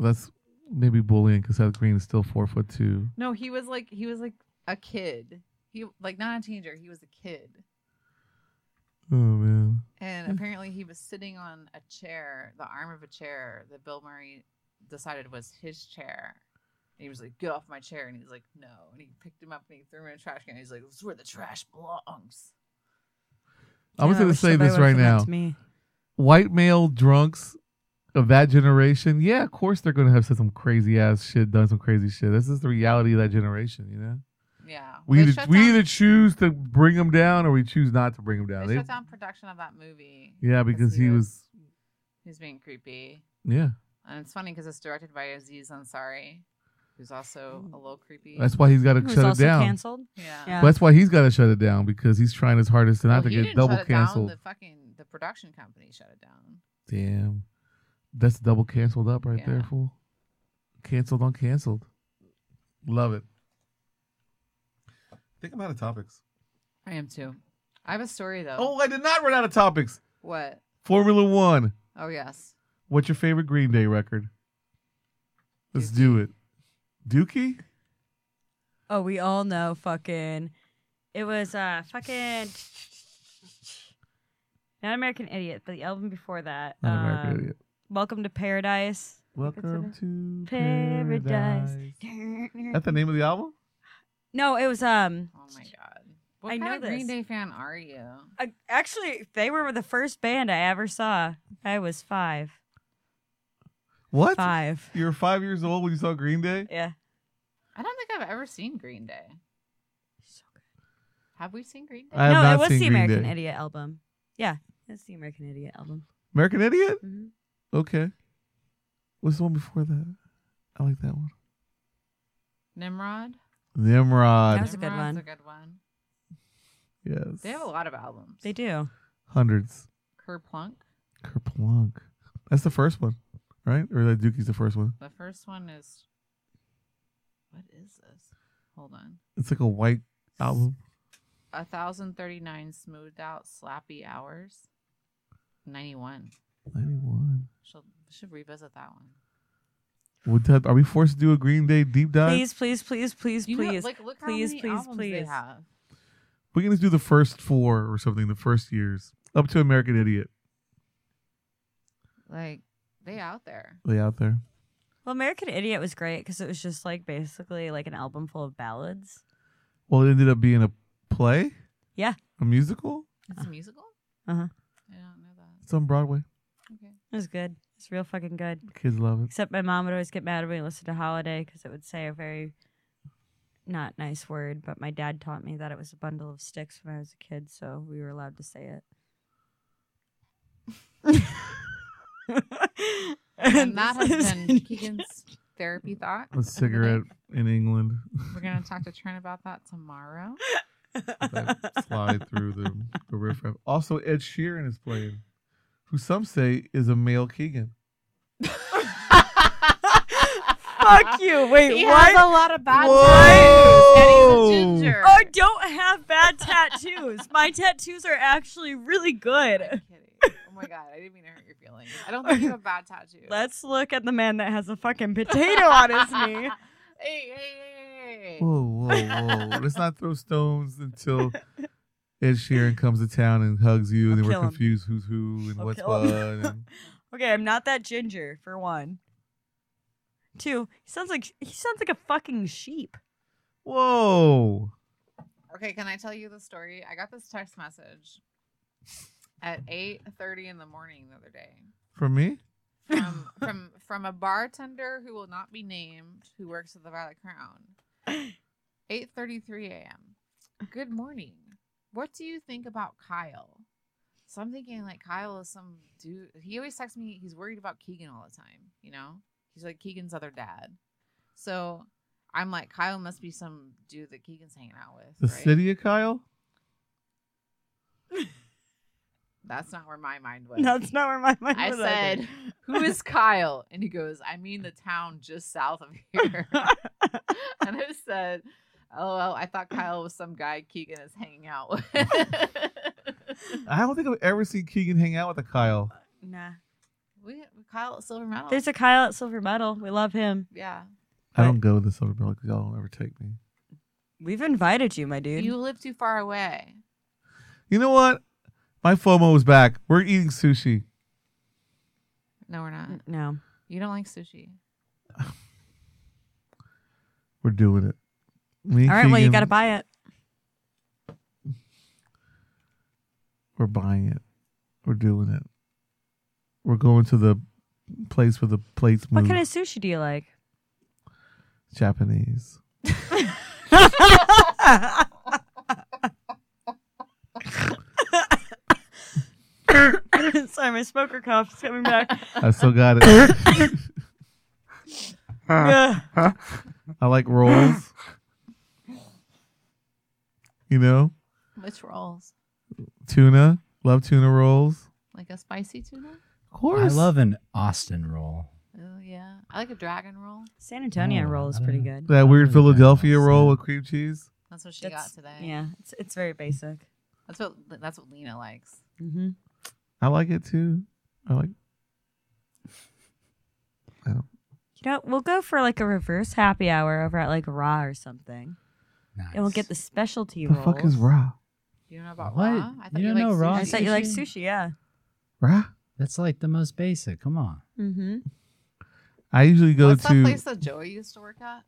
A: That's maybe bullying because Seth Green is still four foot two.
C: No, he was like he was like a kid. He like not a teenager. He was a kid,
A: Oh man.
C: and
A: Hmm.
C: apparently he was sitting on a chair, the arm of a chair that Bill Murray decided was his chair. And he was like, "Get off my chair!" And he's like, "No." And he picked him up and he threw him in a trash can. He's like, "This is where the trash belongs."
A: I'm
B: Damn, I
A: just gonna
B: wish
A: say
B: somebody
A: this
B: would've
A: right
B: said that
A: now.
B: to me.
A: white male drunks of that generation, yeah, of course they're gonna have said some crazy ass shit, done some crazy shit. This is the reality of that generation, you know.
C: Yeah,
A: We
C: They
A: either,
C: shut
A: we
C: down-
A: either choose to bring them down or we choose not to bring them down.
C: They
A: They-
C: shut down production of that movie.
A: yeah, because he was
C: he was being creepy,
A: yeah.
C: and it's funny because it's directed by Aziz Ansari, who's also a little creepy.
A: That's why he's got to
B: It was
A: shut it
B: also
A: down.
B: canceled.
C: yeah.
B: Yeah.
A: That's why he's got to shut it down because he's trying his hardest to not
C: Well,
A: to
C: he
A: get
C: didn't
A: double
C: shut it down,
A: canceled.
C: The fucking the production company shut it down.
A: Damn. That's double canceled up right there,
C: Yeah.
A: fool. Canceled on canceled. Love it. Think I'm out of topics.
C: I am too. I have a story though.
A: Oh, I did not run out of topics.
C: What?
A: Formula One.
C: Oh yes.
A: What's your favorite Green Day record? Let's do it. Dookie?
B: Oh, we all know fucking. It was uh fucking. Not American Idiot, but the album before that.
A: Not
B: um,
A: American Idiot.
B: Welcome to Paradise.
A: Welcome to
B: Paradise.
A: paradise. That's the name of the album?
B: No, it was um.
C: Oh my god. What
B: I
C: kind
B: know
C: of Green
B: this.
C: Day fan are you?
B: I, actually, they were the first band I ever saw. I was five.
A: What?
B: Five.
A: You were five years old when you saw Green Day?
B: Yeah.
C: I don't think I've ever seen Green Day. Have we seen Green Day?
A: I have
B: no,
A: not
B: it was
A: seen
B: the
A: Green
B: American
A: Day.
B: Idiot album. Yeah, it's the American Idiot album.
A: American Idiot?
B: Mhm.
A: Okay. What's the one before that? I like that one.
C: Nimrod.
A: Nimrod.
B: That was a good one.
C: Nimrod's A good one.
A: yes.
C: They have a lot of albums.
B: They do.
A: Hundreds.
C: Kerplunk.
A: Kerplunk. That's the first one, right? Or that Dookie's the first one.
C: The first one is. What is this? Hold on.
A: It's like a white album.
C: A thousand thirty nine smoothed out slappy hours. Ninety one.
A: 91.
C: Should should revisit that one.
A: Would that, are we forced to do a Green Day deep dive?
B: Please, please, please, please,
C: You know,
B: please.
C: like, look
B: please,
C: how many
B: please,
C: albums they
B: please.
C: have.
A: We can just do the first four or something, the first years. Up to American Idiot.
C: Like they out there.
A: They out there.
B: Well, American Idiot was great because it was just like basically like an album full of ballads.
A: Well, it ended up being a play.
B: Yeah.
A: A musical.
C: It's a musical.
B: Uh-huh.
C: I don't know that.
A: It's on Broadway.
C: Okay.
B: It was good. It's real fucking good.
A: Kids love it.
B: Except my mom would always get mad at me and listen to Holiday because it would say a very not nice word, but my dad taught me that it was a bundle of sticks when I was a kid, so we were allowed to say
C: [LAUGHS]
B: [LAUGHS] it. [LAUGHS]
C: And that has been [LAUGHS] Keegan's therapy thought.
A: A cigarette in England.
C: We're gonna talk to Trent about that tomorrow.
A: that slide through the, the riffraff. Also, Ed Sheeran is playing, who some say is a male Keegan.
B: [LAUGHS] Fuck you. Wait,
C: He
B: what?
C: has a lot of bad
A: Whoa.
C: tattoos, and he's a ginger.
B: I don't have bad tattoos. My tattoos are actually really
C: I'm [LAUGHS]
B: good.
C: kidding. Oh my god, I didn't mean to hurt your feelings. I don't think you have a bad tattoo.
B: [LAUGHS] Let's look at the man that has a fucking potato on his knee.
C: [LAUGHS] Hey, hey, hey, hey, hey.
A: Whoa, whoa, whoa. Let's not throw stones until Ed Sheeran comes to town and hugs you,
B: I'll
A: and then we're
B: kill him.
A: confused who's who and
B: I'll
A: what's
B: kill
A: what.
B: him. [LAUGHS]
A: And
B: Okay, I'm not that ginger for one. Two, he sounds like he sounds like a fucking sheep.
A: Whoa.
C: Okay, can I tell you the story? I got this text message at 8:30 in the morning the other day
A: For me? [LAUGHS]
C: from from from a bartender who will not be named who works at the Violet Crown. 8:33 a.m. Good morning. What do you think about Kyle? So I'm thinking like Kyle is some dude. He always texts me. He's worried about Keegan all the time. You know, he's like Keegan's other dad. So I'm like Kyle must be some dude that Keegan's hanging out with.
A: The
C: right?
A: city of Kyle?
C: That's not where
A: [LAUGHS]
C: my mind was.
B: [LAUGHS] That's not where my mind
C: I
B: was at.
C: said, "Who is Kyle?" And he goes, "I mean the town just
B: [LAUGHS]
C: south of here." [LAUGHS] and I said, "LOL, I thought Kyle was some guy Keegan is hanging out with."
A: I don't think I've ever seen Keegan hang out with a Kyle.
B: Nah.
C: [LAUGHS] we Kyle at Silver Medal.
B: There's a Kyle at Silver Medal. We love him.
C: yeah.
A: I don't go to the Silver Bell because y'all don't ever take me.
B: We've invited you, my dude.
C: You live too far away.
A: You know what? My FOMO is back. We're eating sushi.
C: No, we're not.
B: N- no.
C: You don't like sushi.
A: We're doing it. Me and
B: All right, well you
A: Keegan,
B: gotta buy it.
A: We're buying it. We're doing it. We're going to the place where the plates move.
B: What kind of sushi do you like? [LAUGHS]
A: Japanese.
B: Sorry, my smoker cough is coming back.
A: I still got it.
B: Ugh.
A: I like rolls. You know,
C: Which rolls?
A: tuna. Love tuna rolls.
C: Like a spicy tuna?
A: Of course.
D: I love an Austin roll.
C: Oh yeah, I like a dragon roll.
B: San Antonio
D: Oh,
B: roll is
D: I
B: pretty
D: dunno.
B: good.
A: that weird
D: I really like
A: Philadelphia
D: that.
A: roll with cream cheese.
C: That's what she
B: That's-
C: got today.
B: Yeah, it's it's very basic.
C: that's what that's what Lena likes.
B: Mm-hmm.
A: I like it too. I like.
B: You know, we'll go for like a reverse happy hour over at like Raw or something,
D: Nice.
B: and we'll get the specialty
A: The
B: rolls.
A: fuck is raw?
C: You don't know about
D: What?
C: raw? I thought
D: You
C: you,
D: don't know
C: liked
D: raw?
B: I
C: sushi.
B: thought you like
D: Sushi.
B: sushi, yeah.
A: Raw.
D: That's like the most basic. Come on.
B: Mm-hmm.
A: I usually go
C: What's that
A: to
C: place that Joey used to work at?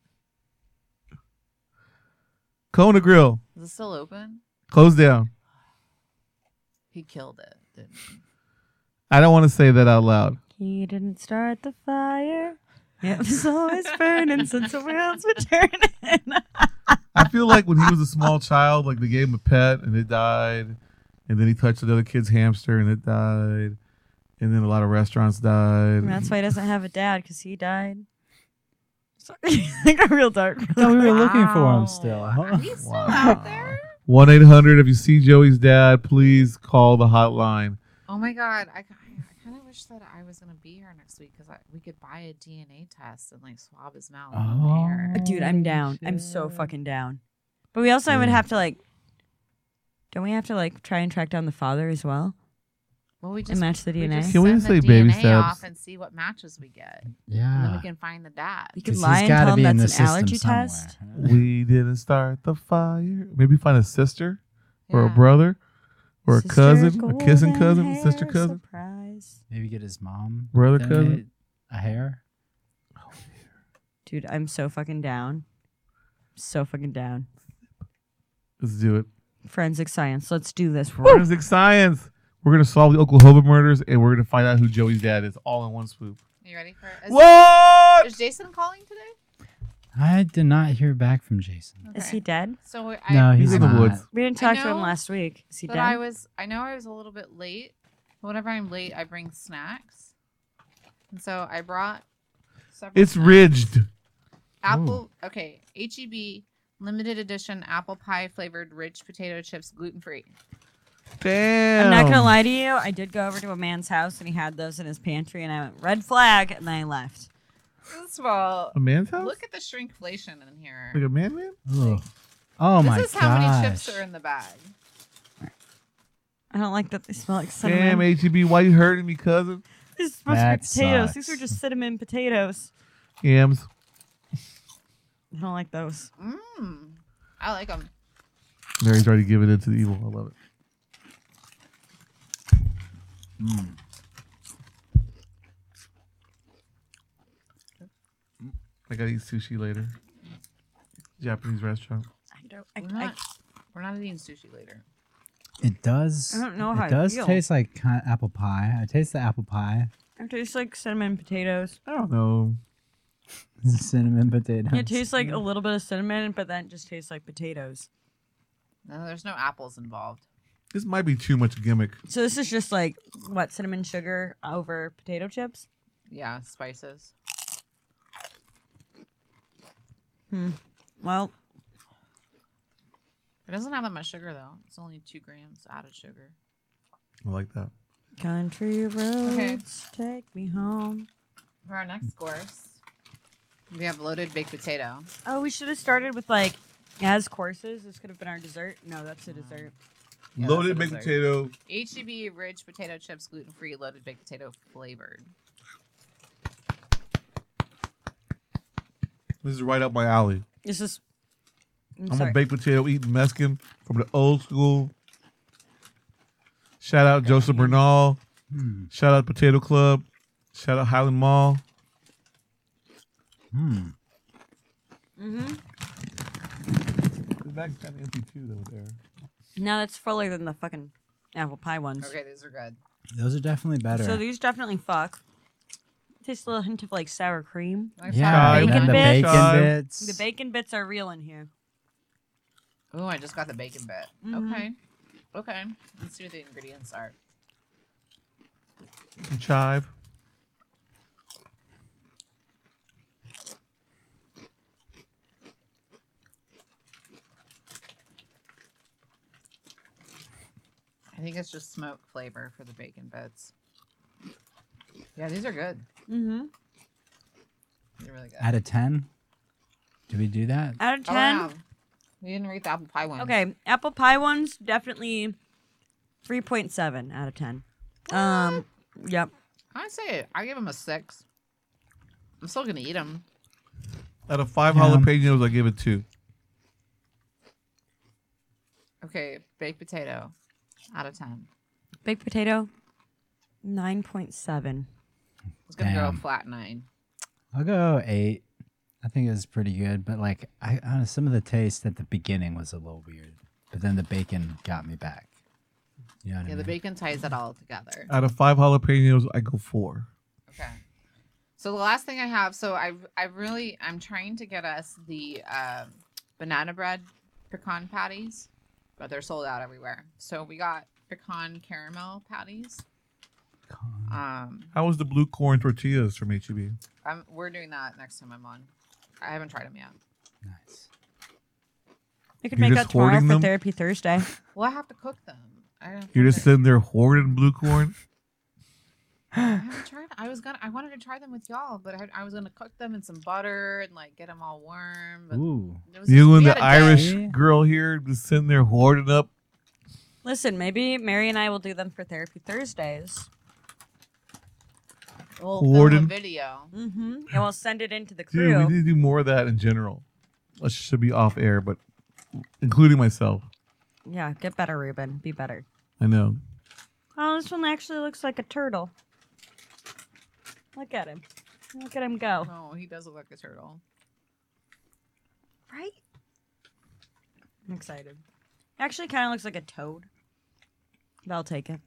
A: Kona Grill.
C: Is it still open?
A: Close down.
C: He killed it. Didn't he?
A: I don't want to say that out loud.
B: He didn't start the fire. [LAUGHS] It was always burning since the world's were turning.
A: I feel like when he was a
C: [LAUGHS]
A: small child, like they gave him a pet and it died, and then he touched another kid's hamster and it died, and then a lot of restaurants died.
B: And [LAUGHS] that's why he doesn't have a dad because he died. Sorry, [LAUGHS] I got real dark.
D: No, we were looking for him
C: Wow.
D: still.
C: He's still
A: Wow. [LAUGHS]
C: out there.
A: One eight hundred. If you see Joey's dad, please call the hotline.
C: Oh my god, I, kind of wish that I was gonna be here next week because we could buy a DNA test and like swab his mouth.
D: Oh.
C: Oh. Hair.
B: Dude, I'm down. I'm so fucking down. But we also would
D: Yeah.
B: have to like. Don't we have to like try and track down the father as well
C: Well, we
B: and
C: just
B: match the
C: we
B: DNA?
C: just
A: Can we
C: send
A: just
C: the
A: say baby
C: DNA
A: steps?
C: off and see what matches we get, and then we
D: Yeah.
C: can find the dad.
B: We
D: 'Cause
B: could
D: he's
B: lie and
D: gotta
B: tell
D: be
B: him
D: in the
B: that's an
D: system
B: allergy
D: somewhere.
B: test. [LAUGHS]
A: We didn't start the fire. Maybe find a sister or a
C: Yeah.
A: brother or a
B: Sister
A: cousin, a kissing
B: golden
A: cousin, sister
B: hair
A: cousin.
B: Surprise.
D: Maybe get his mom.
A: Brother,
D: donate
A: cousin?
D: A hair.
B: Dude, I'm so fucking down. So fucking down.
A: Let's do it.
B: Forensic science. Let's do this.
A: Forensic science. We're gonna solve the Oklahoma murders, and we're gonna find out who Joey's dad is, all in one swoop.
C: You ready for it? Is,
A: What?
C: is Jason calling today?
D: I did not hear back from Jason.
B: Is
C: Okay.
B: he dead?
C: So we- I,
D: No,
A: He's
D: he's
A: in the
D: not.
A: woods.
B: We didn't
C: I
B: talk to him
C: know
B: last week. Is he
C: but
B: dead?
C: I was. I know I was a little bit late. but Whenever I'm late, I bring snacks, and so I brought. several
A: It's
C: snacks.
A: ridged.
D: oh.
C: Apple. Okay, H E B limited edition apple pie flavored rich potato chips, gluten free.
A: Damn.
B: I'm not gonna lie to you. I did go over to a man's house and he had those in his pantry, and I went red flag, and I left.
C: First of all,
A: A man's house?
C: look at the shrinkflation in here.
A: like a man man?
D: Ugh. Oh my
C: this is how many chips
D: gosh.
C: are in the bag.
B: I don't like that they smell like
A: Damn,
B: cinnamon.
A: HEB, why you hurting me, cousin?
B: These are supposed to be
D: That
B: potatoes.
D: sucks.
B: These are just cinnamon potatoes.
A: Yams.
B: I don't like those.
C: Mmm. I like them.
A: Mary's already giving in to the evil. I love it. Mm. I gotta eat sushi later. Japanese restaurant.
B: I don't.
C: We're
B: I, I,
C: not, we're not eating sushi later.
D: It does.
B: I don't know
D: it
B: how I
D: does
B: feel.
D: taste like ki- apple pie. I taste the apple pie, [LAUGHS]
B: it tastes like cinnamon potatoes.
A: I don't know.
D: cinnamon potatoes.
B: It tastes like a little bit of cinnamon, but then it just tastes like potatoes.
C: No, there's no apples involved.
A: This might be too much gimmick.
B: So this is just like what cinnamon sugar over potato chips.
C: Yeah, spices.
B: Well,
C: It doesn't have that much sugar though. It's only two grams added sugar.
A: I like that.
B: country roads take me home.
C: For our next course, we have loaded baked potato.
B: Oh, we should have started with like as courses. This could have been our dessert. No, that's a dessert.
C: Yeah, that's
A: Loaded
C: what
A: baked
C: it's like.
A: potato.
C: HEB E rich potato chips, gluten free, loaded baked potato flavored.
A: This is right up my alley.
B: This is. I'm,
A: I'm
B: sorry.
A: a baked potato eating Mexican from the old school. Shout out Joseph Bernal. Shout out Potato Club. Shout out Highland Mall.
D: Hmm.
B: Mm-hmm.
A: The bag's kind of empty too, though. There.
B: no, that's fuller than the fucking apple pie ones.
C: Okay, these are good.
D: Those are definitely better.
B: So these definitely fuck. Tastes a little hint of like sour cream.
C: Like
D: yeah,
A: Chive,
D: and then the
B: bacon
D: bacon
A: chive.
D: bits.
B: The bacon bits are real in here.
C: Ooh, I just got the bacon bit.
B: Mhm.
C: Okay. Mm-hmm. Okay. Let's see what the ingredients are.
A: Some chive.
C: I think it's just smoke flavor for the bacon bits. Yeah, these are good.
B: Mm-hmm.
C: They're really good.
D: Out of ten, do we do that?
B: Out of
C: Oh,
B: ten.
C: wow. We didn't rate the apple pie one.
B: Okay, apple pie ones definitely three point seven out of ten. Um, yep.
C: I say I give them a six. I'm still gonna eat them.
A: Out of five
D: Yeah.
A: jalapenos, I give it two.
C: Okay, baked potato, out of ten.
B: Baked potato, nine point seven.
C: It's gonna
D: Damn.
C: go flat nine.
D: I'll go eight. I think it was pretty good, but like I uh, some of the taste at the beginning was a little weird, but then the bacon got me back. You
C: Yeah,
D: know what I
C: the
A: Mm-hmm.
D: mean?
C: bacon ties it all together.
A: Out of five jalapenos, I go four.
C: Okay. So the last thing I have, so I I really I'm trying to get us the um, banana bread pecan patties, but they're sold out everywhere. So we got pecan caramel patties.
D: Con-
C: Um,
A: How was the blue corn tortillas from E HEB?
C: I'm, we're doing that next time I'm on. I haven't tried them yet.
D: nice.
B: We could
A: You're
B: make
A: just
B: that tomorrow
A: hoarding
B: for
A: them?
B: therapy [LAUGHS] Thursday.
C: Well, I have to cook them. I don't
A: You're just
C: think-
A: sitting there hoarding blue
C: [LAUGHS]
A: corn.
C: I haven't tried. I was gonna. I wanted to try them with y'all, but I, I was gonna cook them in some butter and like get them all warm. But
D: Ooh,
C: it was
A: You
C: just-
A: and
C: we
A: the
C: had a day.
A: Irish
D: Yeah.
A: girl here just sitting there hoarding up.
B: Listen, maybe Mary and I will do them for therapy Thursdays.
C: We'll
A: Gordon.
C: film a video.
B: Mm-hmm. And we'll send it into the
A: Dude,
B: crew.
A: we need to do more of that in general. That should be off air, but including myself.
B: yeah, get better, Ruben. Be better.
A: I know.
B: Oh, this one actually looks like a turtle. Look at him. Look at him go.
C: Oh, he does look like a turtle.
B: Right? I'm excited. Actually, kind of looks like a toad. But I'll take it.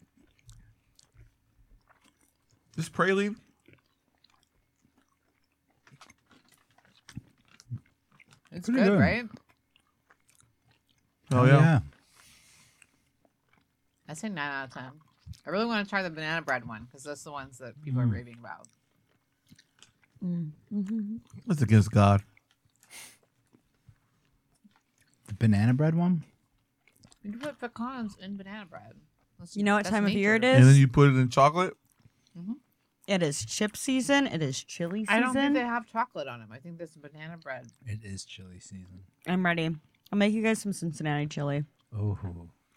A: This praline,
C: It's
D: Pretty
C: good,
D: good.
C: right?
A: Oh, yeah.
C: I say nine out of ten. I really want to try the banana bread one because that's the ones that people are
D: Mm.
C: raving about.
A: that's against God.
D: the banana bread one.
C: You can put pecans in banana bread. That's-
B: You know what
C: that's
B: time of year it
C: nature.
B: is?
A: And then you put it in chocolate.
B: It is chip season. It is chili season.
C: I don't think they have chocolate on them. I think that's banana bread.
D: It is chili season.
B: I'm ready. I'll make you guys some Cincinnati chili.
D: Oh,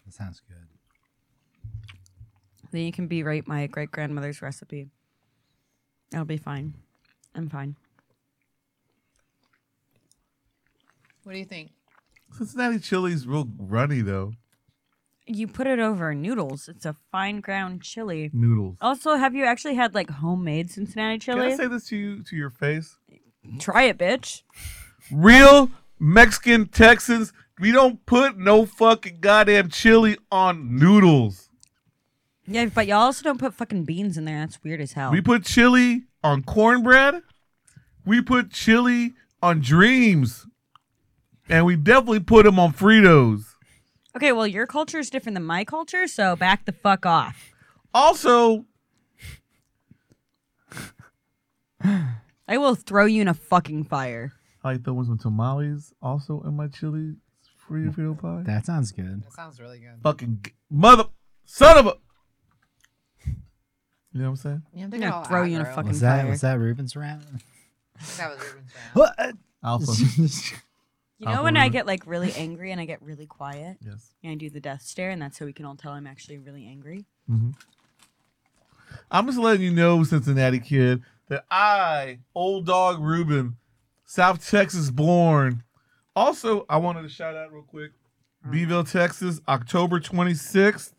D: that sounds good.
B: Then you can berate my great grandmother's recipe. It'll be fine. I'm fine.
C: What do you think?
A: Cincinnati chili's real runny, though.
B: You put it over noodles. It's a fine ground chili.
A: Noodles.
C: Oh,
B: Also, have you actually had like homemade Cincinnati
A: Can
B: chili?
A: I say this to you to your face?
B: Try it, bitch.
A: Real Mexican Texans, we don't put no fucking goddamn chili on noodles.
B: Yeah, but y'all also don't put fucking beans in there. That's weird as hell.
A: We put chili on cornbread. We put chili on dreams. And we definitely put them on Fritos.
B: Okay, well, your culture is different than my culture, so back the fuck off.
A: Also,
B: I will throw you in a fucking fire.
A: I like throwing some tamales also in my chili free Frito pie.
D: That sounds good.
C: That sounds really good.
A: fucking g- mother, son of a. You know what I'm saying?
C: You have to
B: I'm
C: get
B: gonna
C: all
B: throw you in a
C: aggro.
B: fucking-
D: Was that
B: fire.
D: was that Ruben's rant?
C: I think That was Ruben's
A: [LAUGHS]
C: rant.
D: What? [LAUGHS]
A: Alpha.
B: You know
A: Alpha
B: when I
A: women.
B: get like really angry and I get really quiet
A: yes.
B: and I do the death stare, and that's how we can all tell I'm actually really angry.
A: I'm just letting you know, Cincinnati kid, that I, old dog Ruben, South Texas born. Also, I wanted to shout out real quick Beeville, Texas, October 26th,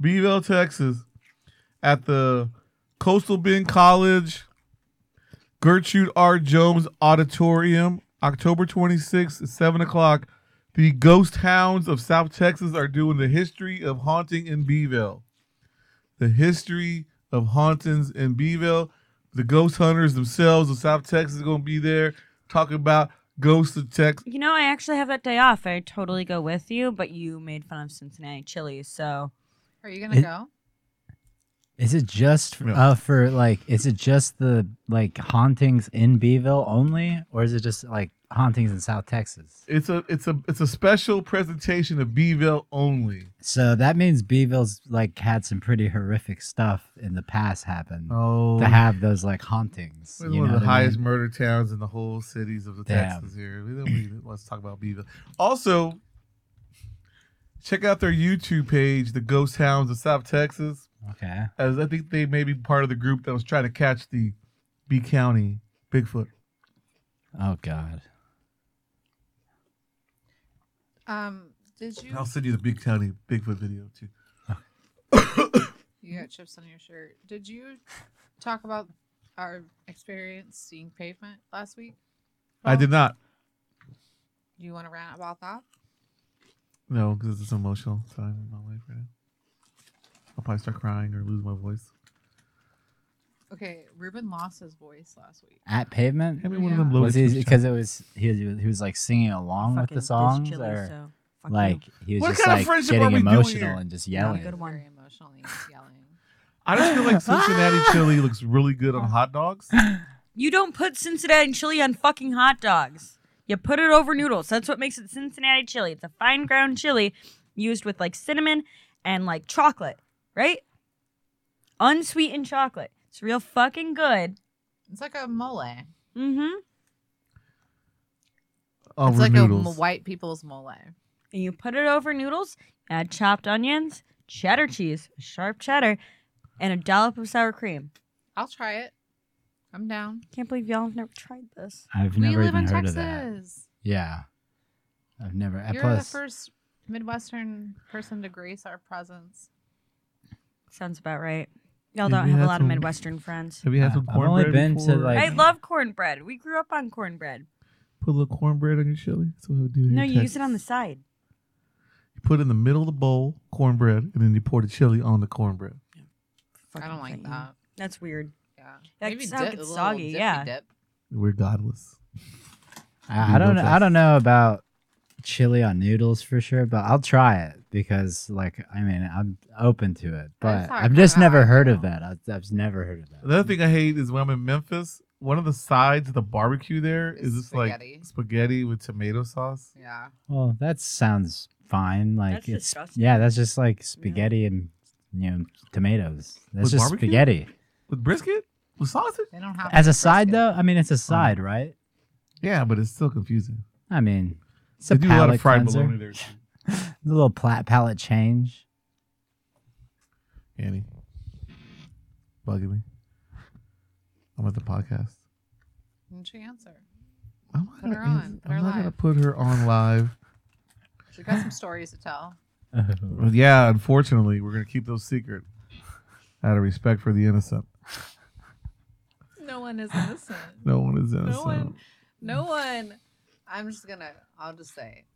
A: Beeville, Texas, at the Coastal Bend College Gertrude R. Jones Auditorium, October 26th at 7 o'clock. The Ghost Hounds of South Texas are doing the history of haunting in Beeville the history of hauntings in Beeville. The ghost hunters themselves of South Texas are going to be there talking about ghosts of Texas.
B: You know, I actually have that day off. I totally go with you, but you made fun of Cincinnati chili, so
C: Are you gonna
D: It-
C: go?
D: Is it just
A: No.
D: uh for like? Is it just the like hauntings in Beeville only, or is it just like hauntings in South Texas.
A: It's a it's a it's a special presentation of Beeville only.
D: So that means Beeville's like had some pretty horrific stuff in the past happen
A: Oh,
D: to have those like hauntings.
A: We're
D: you
A: one
D: know
A: of the
D: what I mean?
A: highest murder towns in the whole cities of the
D: Damn.
A: Texas here. We don't even let's talk about Beeville. Also, check out their YouTube page, the Ghost Hounds of South Texas.
D: Okay.
A: As I think they may be part of the group that was trying to catch the B County Bigfoot.
D: Oh God.
C: Um, did you?
A: I'll send you the Big County Bigfoot video too.
C: You got chips on your shirt. Did you talk about our experience seeing pavement last week?
D: Oh.
A: I did not.
C: Do you want to rant about that?
A: No, because it's emotional time in my life right now. I'll probably start crying or lose my voice.
C: Okay, Ruben lost his voice last week.
D: At pavement.
A: Hand me one of them low
D: Was he because it was he was, he was like singing along with
B: Fucking
D: the
B: dish
D: songs
B: chili,
D: or
B: so fuck you.
D: like he was
A: What
D: just
A: kind of
D: like
A: friendship are
D: getting
A: we doing
D: emotional
A: here?
D: and just
B: Not a
D: yelling.
B: good one.
C: Very emotionally [LAUGHS] yelling.
A: I just feel
D: [LAUGHS]
A: like Cincinnati chili looks really good on hot dogs.
B: You don't put Cincinnati chili on fucking hot dogs. You put it over noodles. That's what makes it Cincinnati chili. It's a fine ground chili used with like cinnamon and like chocolate, right? Unsweetened chocolate. It's real fucking good.
C: It's like a mole. It's
D: Oh,
B: Mm-hmm.
A: Over
C: like
A: noodles.
C: a m- white people's mole.
B: And you put it over noodles, add chopped onions, cheddar cheese, sharp cheddar, and a dollop of sour cream.
C: I'll try it. I'm down.
B: Can't believe y'all have never tried this.
D: I've
C: we
D: never
C: live
D: even
C: in
D: heard
C: Texas.
D: of that. Yeah. I've never. and
C: You're
D: plus,
C: the first Midwestern person to grace our presence.
B: Sounds about right. Y'all
A: Maybe
B: don't have a
A: that's
B: lot of
A: when-
B: Midwestern friends.
A: Have you had
D: Uh,
A: some
D: I've only
A: cornbread?
D: been to,
A: before?
D: like-
B: I love cornbread. We grew up on cornbread.
A: Put a little cornbread on your chili. That's what we do. here
B: No,
A: in
B: you use it
A: Texas.
B: on the side.
A: You put it in the middle of the bowl cornbread, and then you pour the chili on the cornbread.
C: I don't like that.
B: That's weird.
C: Yeah.
B: That
C: Maybe
B: sound
C: dip,
B: gets
C: a little
B: soggy,
C: dippy
B: yeah.
C: Dip.
A: We're godless.
D: I, I
A: Noodle
D: don't. I
A: fest.
D: don't know about chili on noodles for sure, but I'll try it because, like, I mean, I'm open to it. But
C: hard
D: I've
C: for
D: just
C: that,
D: never heard of
C: though.
D: that. I've, I've never heard of that.
A: Another thing I hate is when I'm in Memphis. One of the sides of the barbecue there is
C: Is
A: just
C: spaghetti.
A: like spaghetti with tomato sauce.
C: Yeah.
D: Well, that sounds fine. Like
B: That's
D: it's
B: disgusting.
D: yeah, that's just like spaghetti and you know tomatoes. That's
A: With
D: just
A: barbecue?
D: spaghetti.
A: With brisket? With sausage?
C: They don't have
D: As a
C: any
D: side
C: brisket.
D: though, I mean, it's a side, right?
A: Yeah, but it's still confusing.
D: I mean, it's
A: They
D: a
A: do a lot
D: palate
A: of fried
D: cleanser.
A: bologna there too.
D: [LAUGHS] A little plat palate change.
A: Annie. Bugging me. I'm at the podcast.
C: Didn't she answer?
A: I'm not
C: Put her
A: gonna
C: on.
A: ans-
C: Put her
A: I'm not gonna
C: live.
A: put her on live.
C: She got some stories to tell.
A: Well, yeah, unfortunately, we're gonna keep those secret out of respect for the innocent.
C: [LAUGHS] No one is innocent.
A: No one is innocent.
C: No one. No one. I'm just gonna. I'll just say,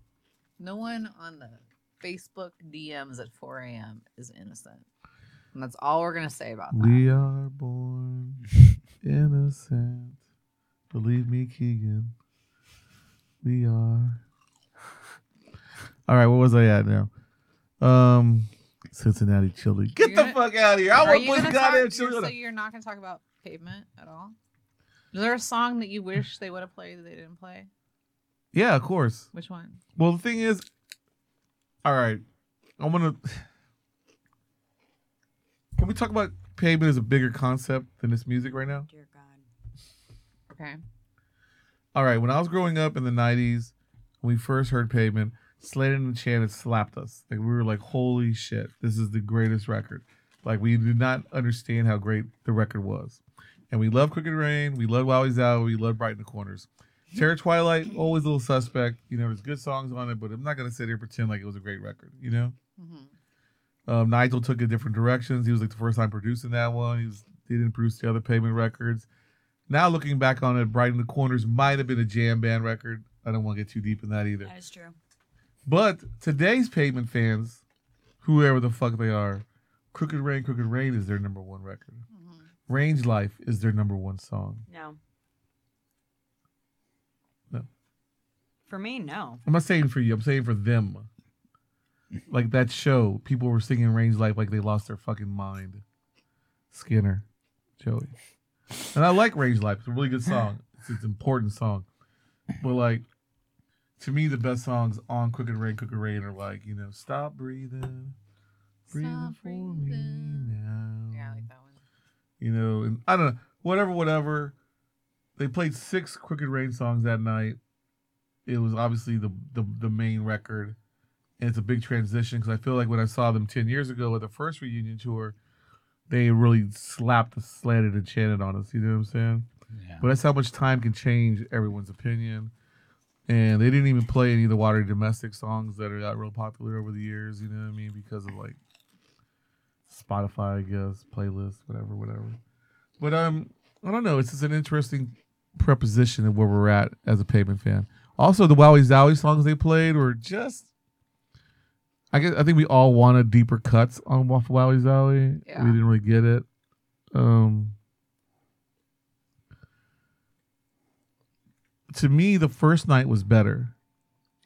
C: no one on the Facebook DMs at 4 a.m. is innocent, and that's all we're gonna say about that.
A: We are born innocent. Believe me, Keegan. We are. All right, what was I at now? Um, Cincinnati chili. Get
C: You're
A: the
C: gonna-
A: fuck out of here! I
C: Are
A: want to
C: you gonna
A: put
C: talk,
A: goddamn
C: you're,
A: chili. on
C: so
A: a-
C: you're not gonna talk about pavement at all? Is there a song that you wish they would have played that they didn't play?
A: Yeah, of course.
C: Which one?
A: Well, the thing is, all right, I'm gonna. [SIGHS] Can we talk about pavement as a bigger concept than this music right now?
B: Dear God.
C: Okay.
A: All right, when I was growing up in the 90s, when we first heard Pavement, Slated and Enchanted slapped us. Like we were like, holy shit, this is the greatest record. Like we did not understand how great the record was. And we love Crooked Rain, we love Wowie Zowie, we love Bright in the Corners. Terror Twilight, always a little suspect. You know, there's good songs on it, but I'm not gonna sit here and pretend like it was a great record, you know?
C: hmm
A: Um, Nigel took it different directions. He was like the first time producing that one. He, was, he didn't produce the other pavement records. Now looking back on it, Bright in the Corners might have been a jam band record. I don't want to get too deep in that either.
B: is true.
A: But today's pavement fans, whoever the fuck they are, Crooked Rain, Crooked Rain is their number one record.
C: mm-hmm.
A: Range Life is their number one song.
B: No.
A: No.
B: For me, no.
A: I'm not saying for you, I'm saying for them. Like that show, people were singing Range Life like they lost their fucking mind. Skinner, Joey. And I like Range Life. It's a really good song. It's, it's an important song. But like, to me, the best songs on Quick and Rain, Quick and Rain are like, you know, stop breathing, breathing
C: Stop
A: for
C: breathing.
A: me now.
C: Yeah, I like that one.
A: You know, and I don't know, whatever, whatever. They played six Quick and Rain songs that night. It was obviously the the, the main record, and it's a big transition because I feel like when I saw them ten years ago at the first reunion tour, they really slapped, slanted, and chanted on us. You know what I'm saying?
D: Yeah.
A: But that's how much time can change everyone's opinion. And they didn't even play any of the watery domestic songs that are got real popular over the years, you know what I mean? Because of like Spotify, I guess, playlists, whatever, whatever. But um, I don't know. It's just an interesting preposition of where we're at as a pavement fan. Also, the Wowie Zowie songs they played were just. I guess I think we all wanted deeper cuts on Wa- Wowie Zowie.
C: Yeah.
A: We didn't really get it. Um, to me, the first night was better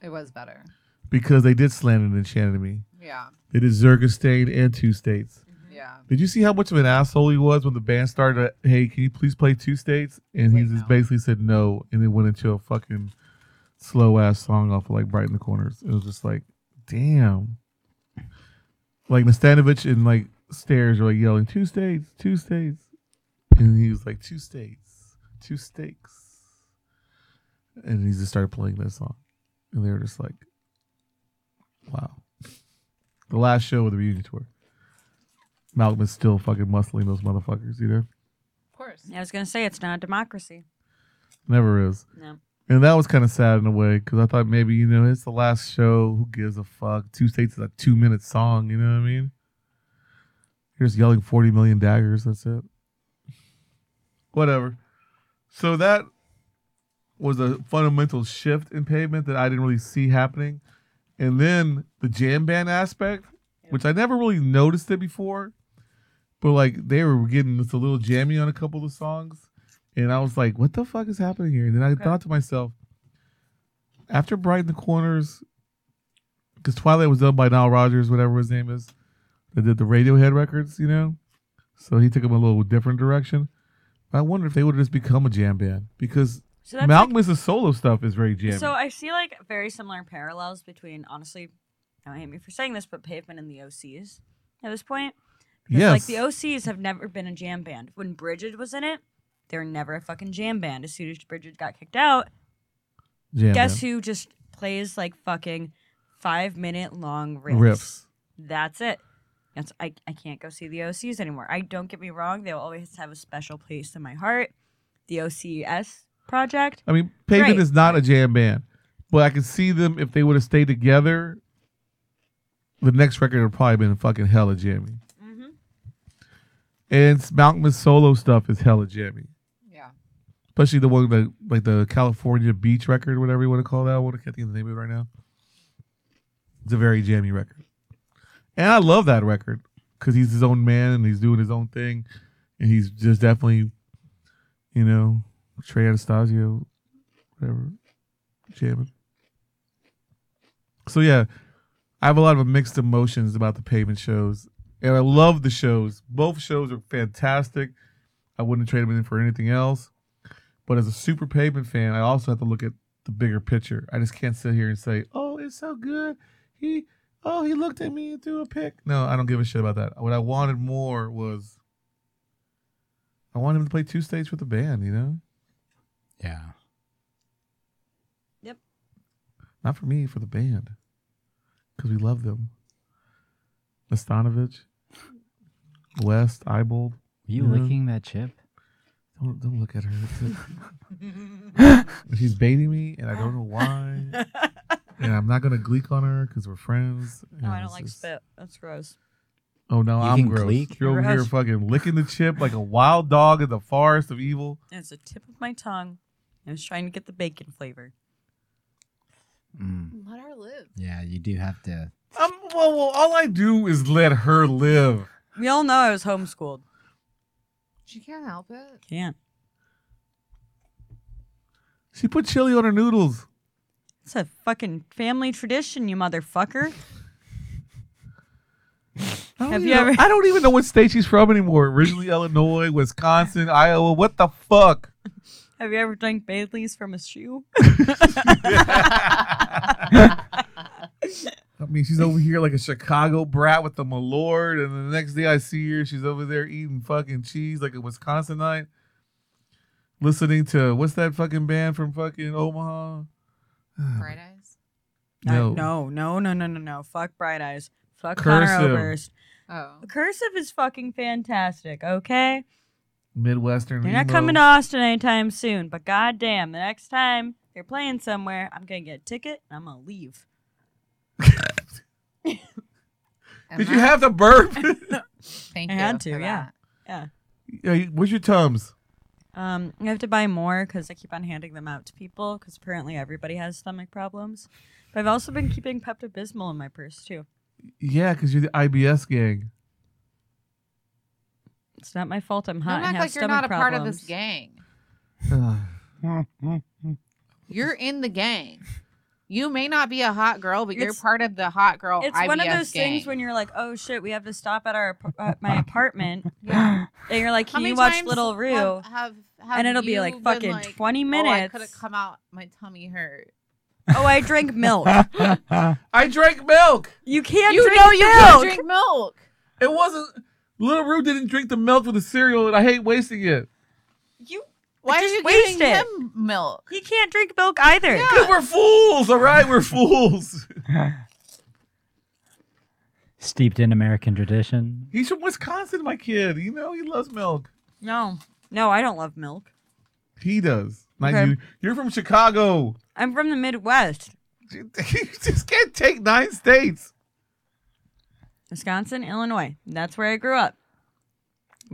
C: It was better.
A: because they did slant and enchanted me.
C: Yeah.
A: They did Zergestein and Two States.
C: Yeah.
A: Did you see how much of an asshole he was when the band started? uh, Hey, can you please play two states? And he
C: Like,
A: just
C: no.
A: basically said no, and then went into a fucking slow ass song off of like Bright in the Corners. It was just like, damn. Like Nastanovich and like Stairs are like yelling two states, two states, and he was like two states, two stakes, and he just started playing that song, and they were just like, wow. The last show of the reunion tour. Malcolm is still fucking muscling those motherfuckers, you know?
C: Of course.
B: I was gonna say it's not a democracy.
A: Never is.
B: No.
A: And that was kind of sad in a way because I thought maybe, you know, it's the last show. Who gives a fuck? Two States is a two minute song, you know what I mean? You're just yelling 40 million daggers. That's it. Whatever. So that was a fundamental shift in pavement that I didn't really see happening. And then the jam band aspect, which I never really noticed it before, but like they were getting just a little jammy on a couple of the songs. And I was like, what the fuck is happening here? And then I
B: Okay.
A: thought to myself, after Bright in the Corners, because Twilight was done by Nile Rodgers, whatever his name is, that did the Radiohead records, you know? So he took them a little different direction. I wonder if they would have just become a jam band because
B: So that's like-
A: Malcolm Mrs. Solo stuff is very jammy.
B: So I see like very similar parallels between honestly, I hate me for saying this, but Pavement and the OCs at this point. Because,
A: yes.
B: Like the OCs have never been a jam band. When Bridget was in it, they were never a fucking jam band. As soon as Bridget got kicked out,
A: jam
B: guess
A: band.
B: who just plays like fucking five minute long riffs?
A: riffs.
B: That's it. That's I, I can't go see the OCs anymore. I don't get me wrong, they'll always have a special place in my heart. The OCS project.
A: I mean, Pavement
B: Right.
A: is not a jam band, but I could see them if they would have stayed together. The next record would probably been fucking hella jammy,
B: Mm-hmm.
A: and s- Malcolm's solo stuff is hella jammy,
C: Yeah.
A: especially the one that like the California Beach record, whatever you want to call that. What I can't think of the name of it right now. It's a very jammy record, and I love that record because he's his own man and he's doing his own thing, and he's just definitely, you know, Trey Anastasio, whatever, jamming. So yeah, I have a lot of mixed emotions about the pavement shows, and I love the shows. Both shows are fantastic. I wouldn't trade them in for anything else. But as a super pavement fan, I also have to look at the bigger picture. I just can't sit here and say, "Oh, it's so good." He, oh, he looked at me and threw a pick. No, I don't give a shit about that. What I wanted more was, I wanted him to play two states with the band. You know.
D: Yeah.
A: Not for me, for the band. Because we love them. Nastanovich, West, Eibold.
D: Were you
A: Yeah.
D: licking that chip?
A: Don't, don't look at her.
B: [LAUGHS]
A: She's baiting me, and I don't know why. and I'm not going to gleek on her because we're friends.
B: No,
A: and
B: Oh, I don't
A: it's
B: like
A: just-
B: spit. That's gross.
A: Oh, no,
D: You
A: I'm
D: can
A: gross.
D: gleek?
A: You're over here
B: Gross.
A: fucking licking the chip like a wild dog in the forest of evil.
B: It's the tip of my tongue. I was trying to get the bacon flavor.
D: Mm.
C: Let her live.
D: Yeah, you do have to.
A: Um, well, well, all I do is let her live.
B: We all know I was homeschooled.
C: She can't help it.
B: Can't.
A: She put chili on her noodles.
B: It's a fucking family tradition, you motherfucker.
A: I don't even
B: Have you
A: know-
B: ever-
A: I don't even know what state she's from anymore. Originally Illinois, Wisconsin, Iowa. What the fuck?
B: Have you ever drank Bailey's from a shoe?
A: I mean, she's over here like a Chicago brat with the Malord, and the next day I see her, she's over there eating fucking cheese like a Wisconsinite, listening to what's that fucking band from fucking Omaha? Uh-huh.
C: Bright eyes.
B: No, no, no, no, no, no, no. Fuck Bright Eyes. Fuck
A: Cursive.
B: Connor Oberst.
C: Oh.
B: Cursive is fucking fantastic, okay?
A: Midwestern.
B: They're not
A: emo.
B: coming to Austin anytime soon, but goddamn, the next time they're playing somewhere, I'm gonna get a ticket and I'm gonna leave.
C: And
A: Did
C: that-
A: you have the burp? [LAUGHS]
C: Thank
B: I
C: you.
B: had to,
C: for
B: yeah.
C: that.
A: Yeah, you- Where's your tums?
B: Um, I have to buy more because I keep on handing them out to people because apparently everybody has stomach problems. But I've also been keeping Pepto Bismol in my purse too.
A: Yeah, because you're the IBS gang. [SIGHS]
B: It's not my fault I'm hot
C: Don't
B: and
C: act
B: have
C: like you're
B: stomach
C: not a
B: problems.
C: part of this gang. You're in the gang. You may not be a hot girl, but you're
B: It's-
C: part of the hot girl.
B: It's
C: IBS
B: one of those
C: gang.
B: things when you're like, oh shit, we have to stop at our ap- at
C: [LAUGHS]
B: my apartment,
C: Yeah.
B: and you're like,
C: How
B: can
C: many
B: you watch
C: times
B: Little Rue?
C: Have, have, have
B: and it'll be
C: you
B: like
C: been
B: fucking
C: like,
B: 20
C: Oh, I could have
B: minutes.
C: come out. My tummy hurt.
B: Oh, I drink
C: [LAUGHS]
B: milk.
A: I drank milk.
B: You can't
C: you
B: drink
C: know you can't
B: milk.
C: drink milk.
A: It wasn't. Little Rue didn't drink the milk with the cereal, and I hate wasting it.
B: You
C: Why are
B: just
C: you
B: waste
C: giving
B: it.
C: him milk?
B: you can't drink milk either. [LAUGHS]
A: Because we're fools, all right? We're fools.
D: Steeped in American tradition.
A: He's from Wisconsin, my kid. You know, he loves milk.
B: No, no, I don't love milk.
A: He does. Not
B: Okay.
A: you. You're from Chicago. [LAUGHS]
B: I'm from the Midwest,
A: You just can't take nine states.
B: Wisconsin, Illinois. That's where I grew up.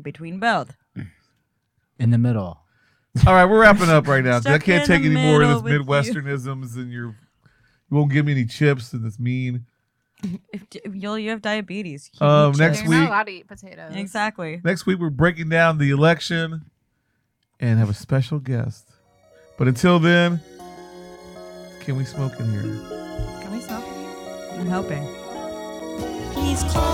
B: Between both.
D: In the middle.
A: All right, we're wrapping up right now. 'cause I
B: Stuck
A: can't
B: in the
A: take any more of this
B: middle with you.
A: Midwesternisms, and you're, you won't give me any chips, and it's mean.
B: If, if you'll, you have diabetes. You
A: Um,
B: eat
A: next
B: chips.
C: you're
A: week-
C: not allowed to eat potatoes.
B: Exactly.
A: Next week, we're breaking down the election and have a special guest. But until then, can we smoke in here?
C: Can we smoke?
B: I'm hoping.
E: He's close.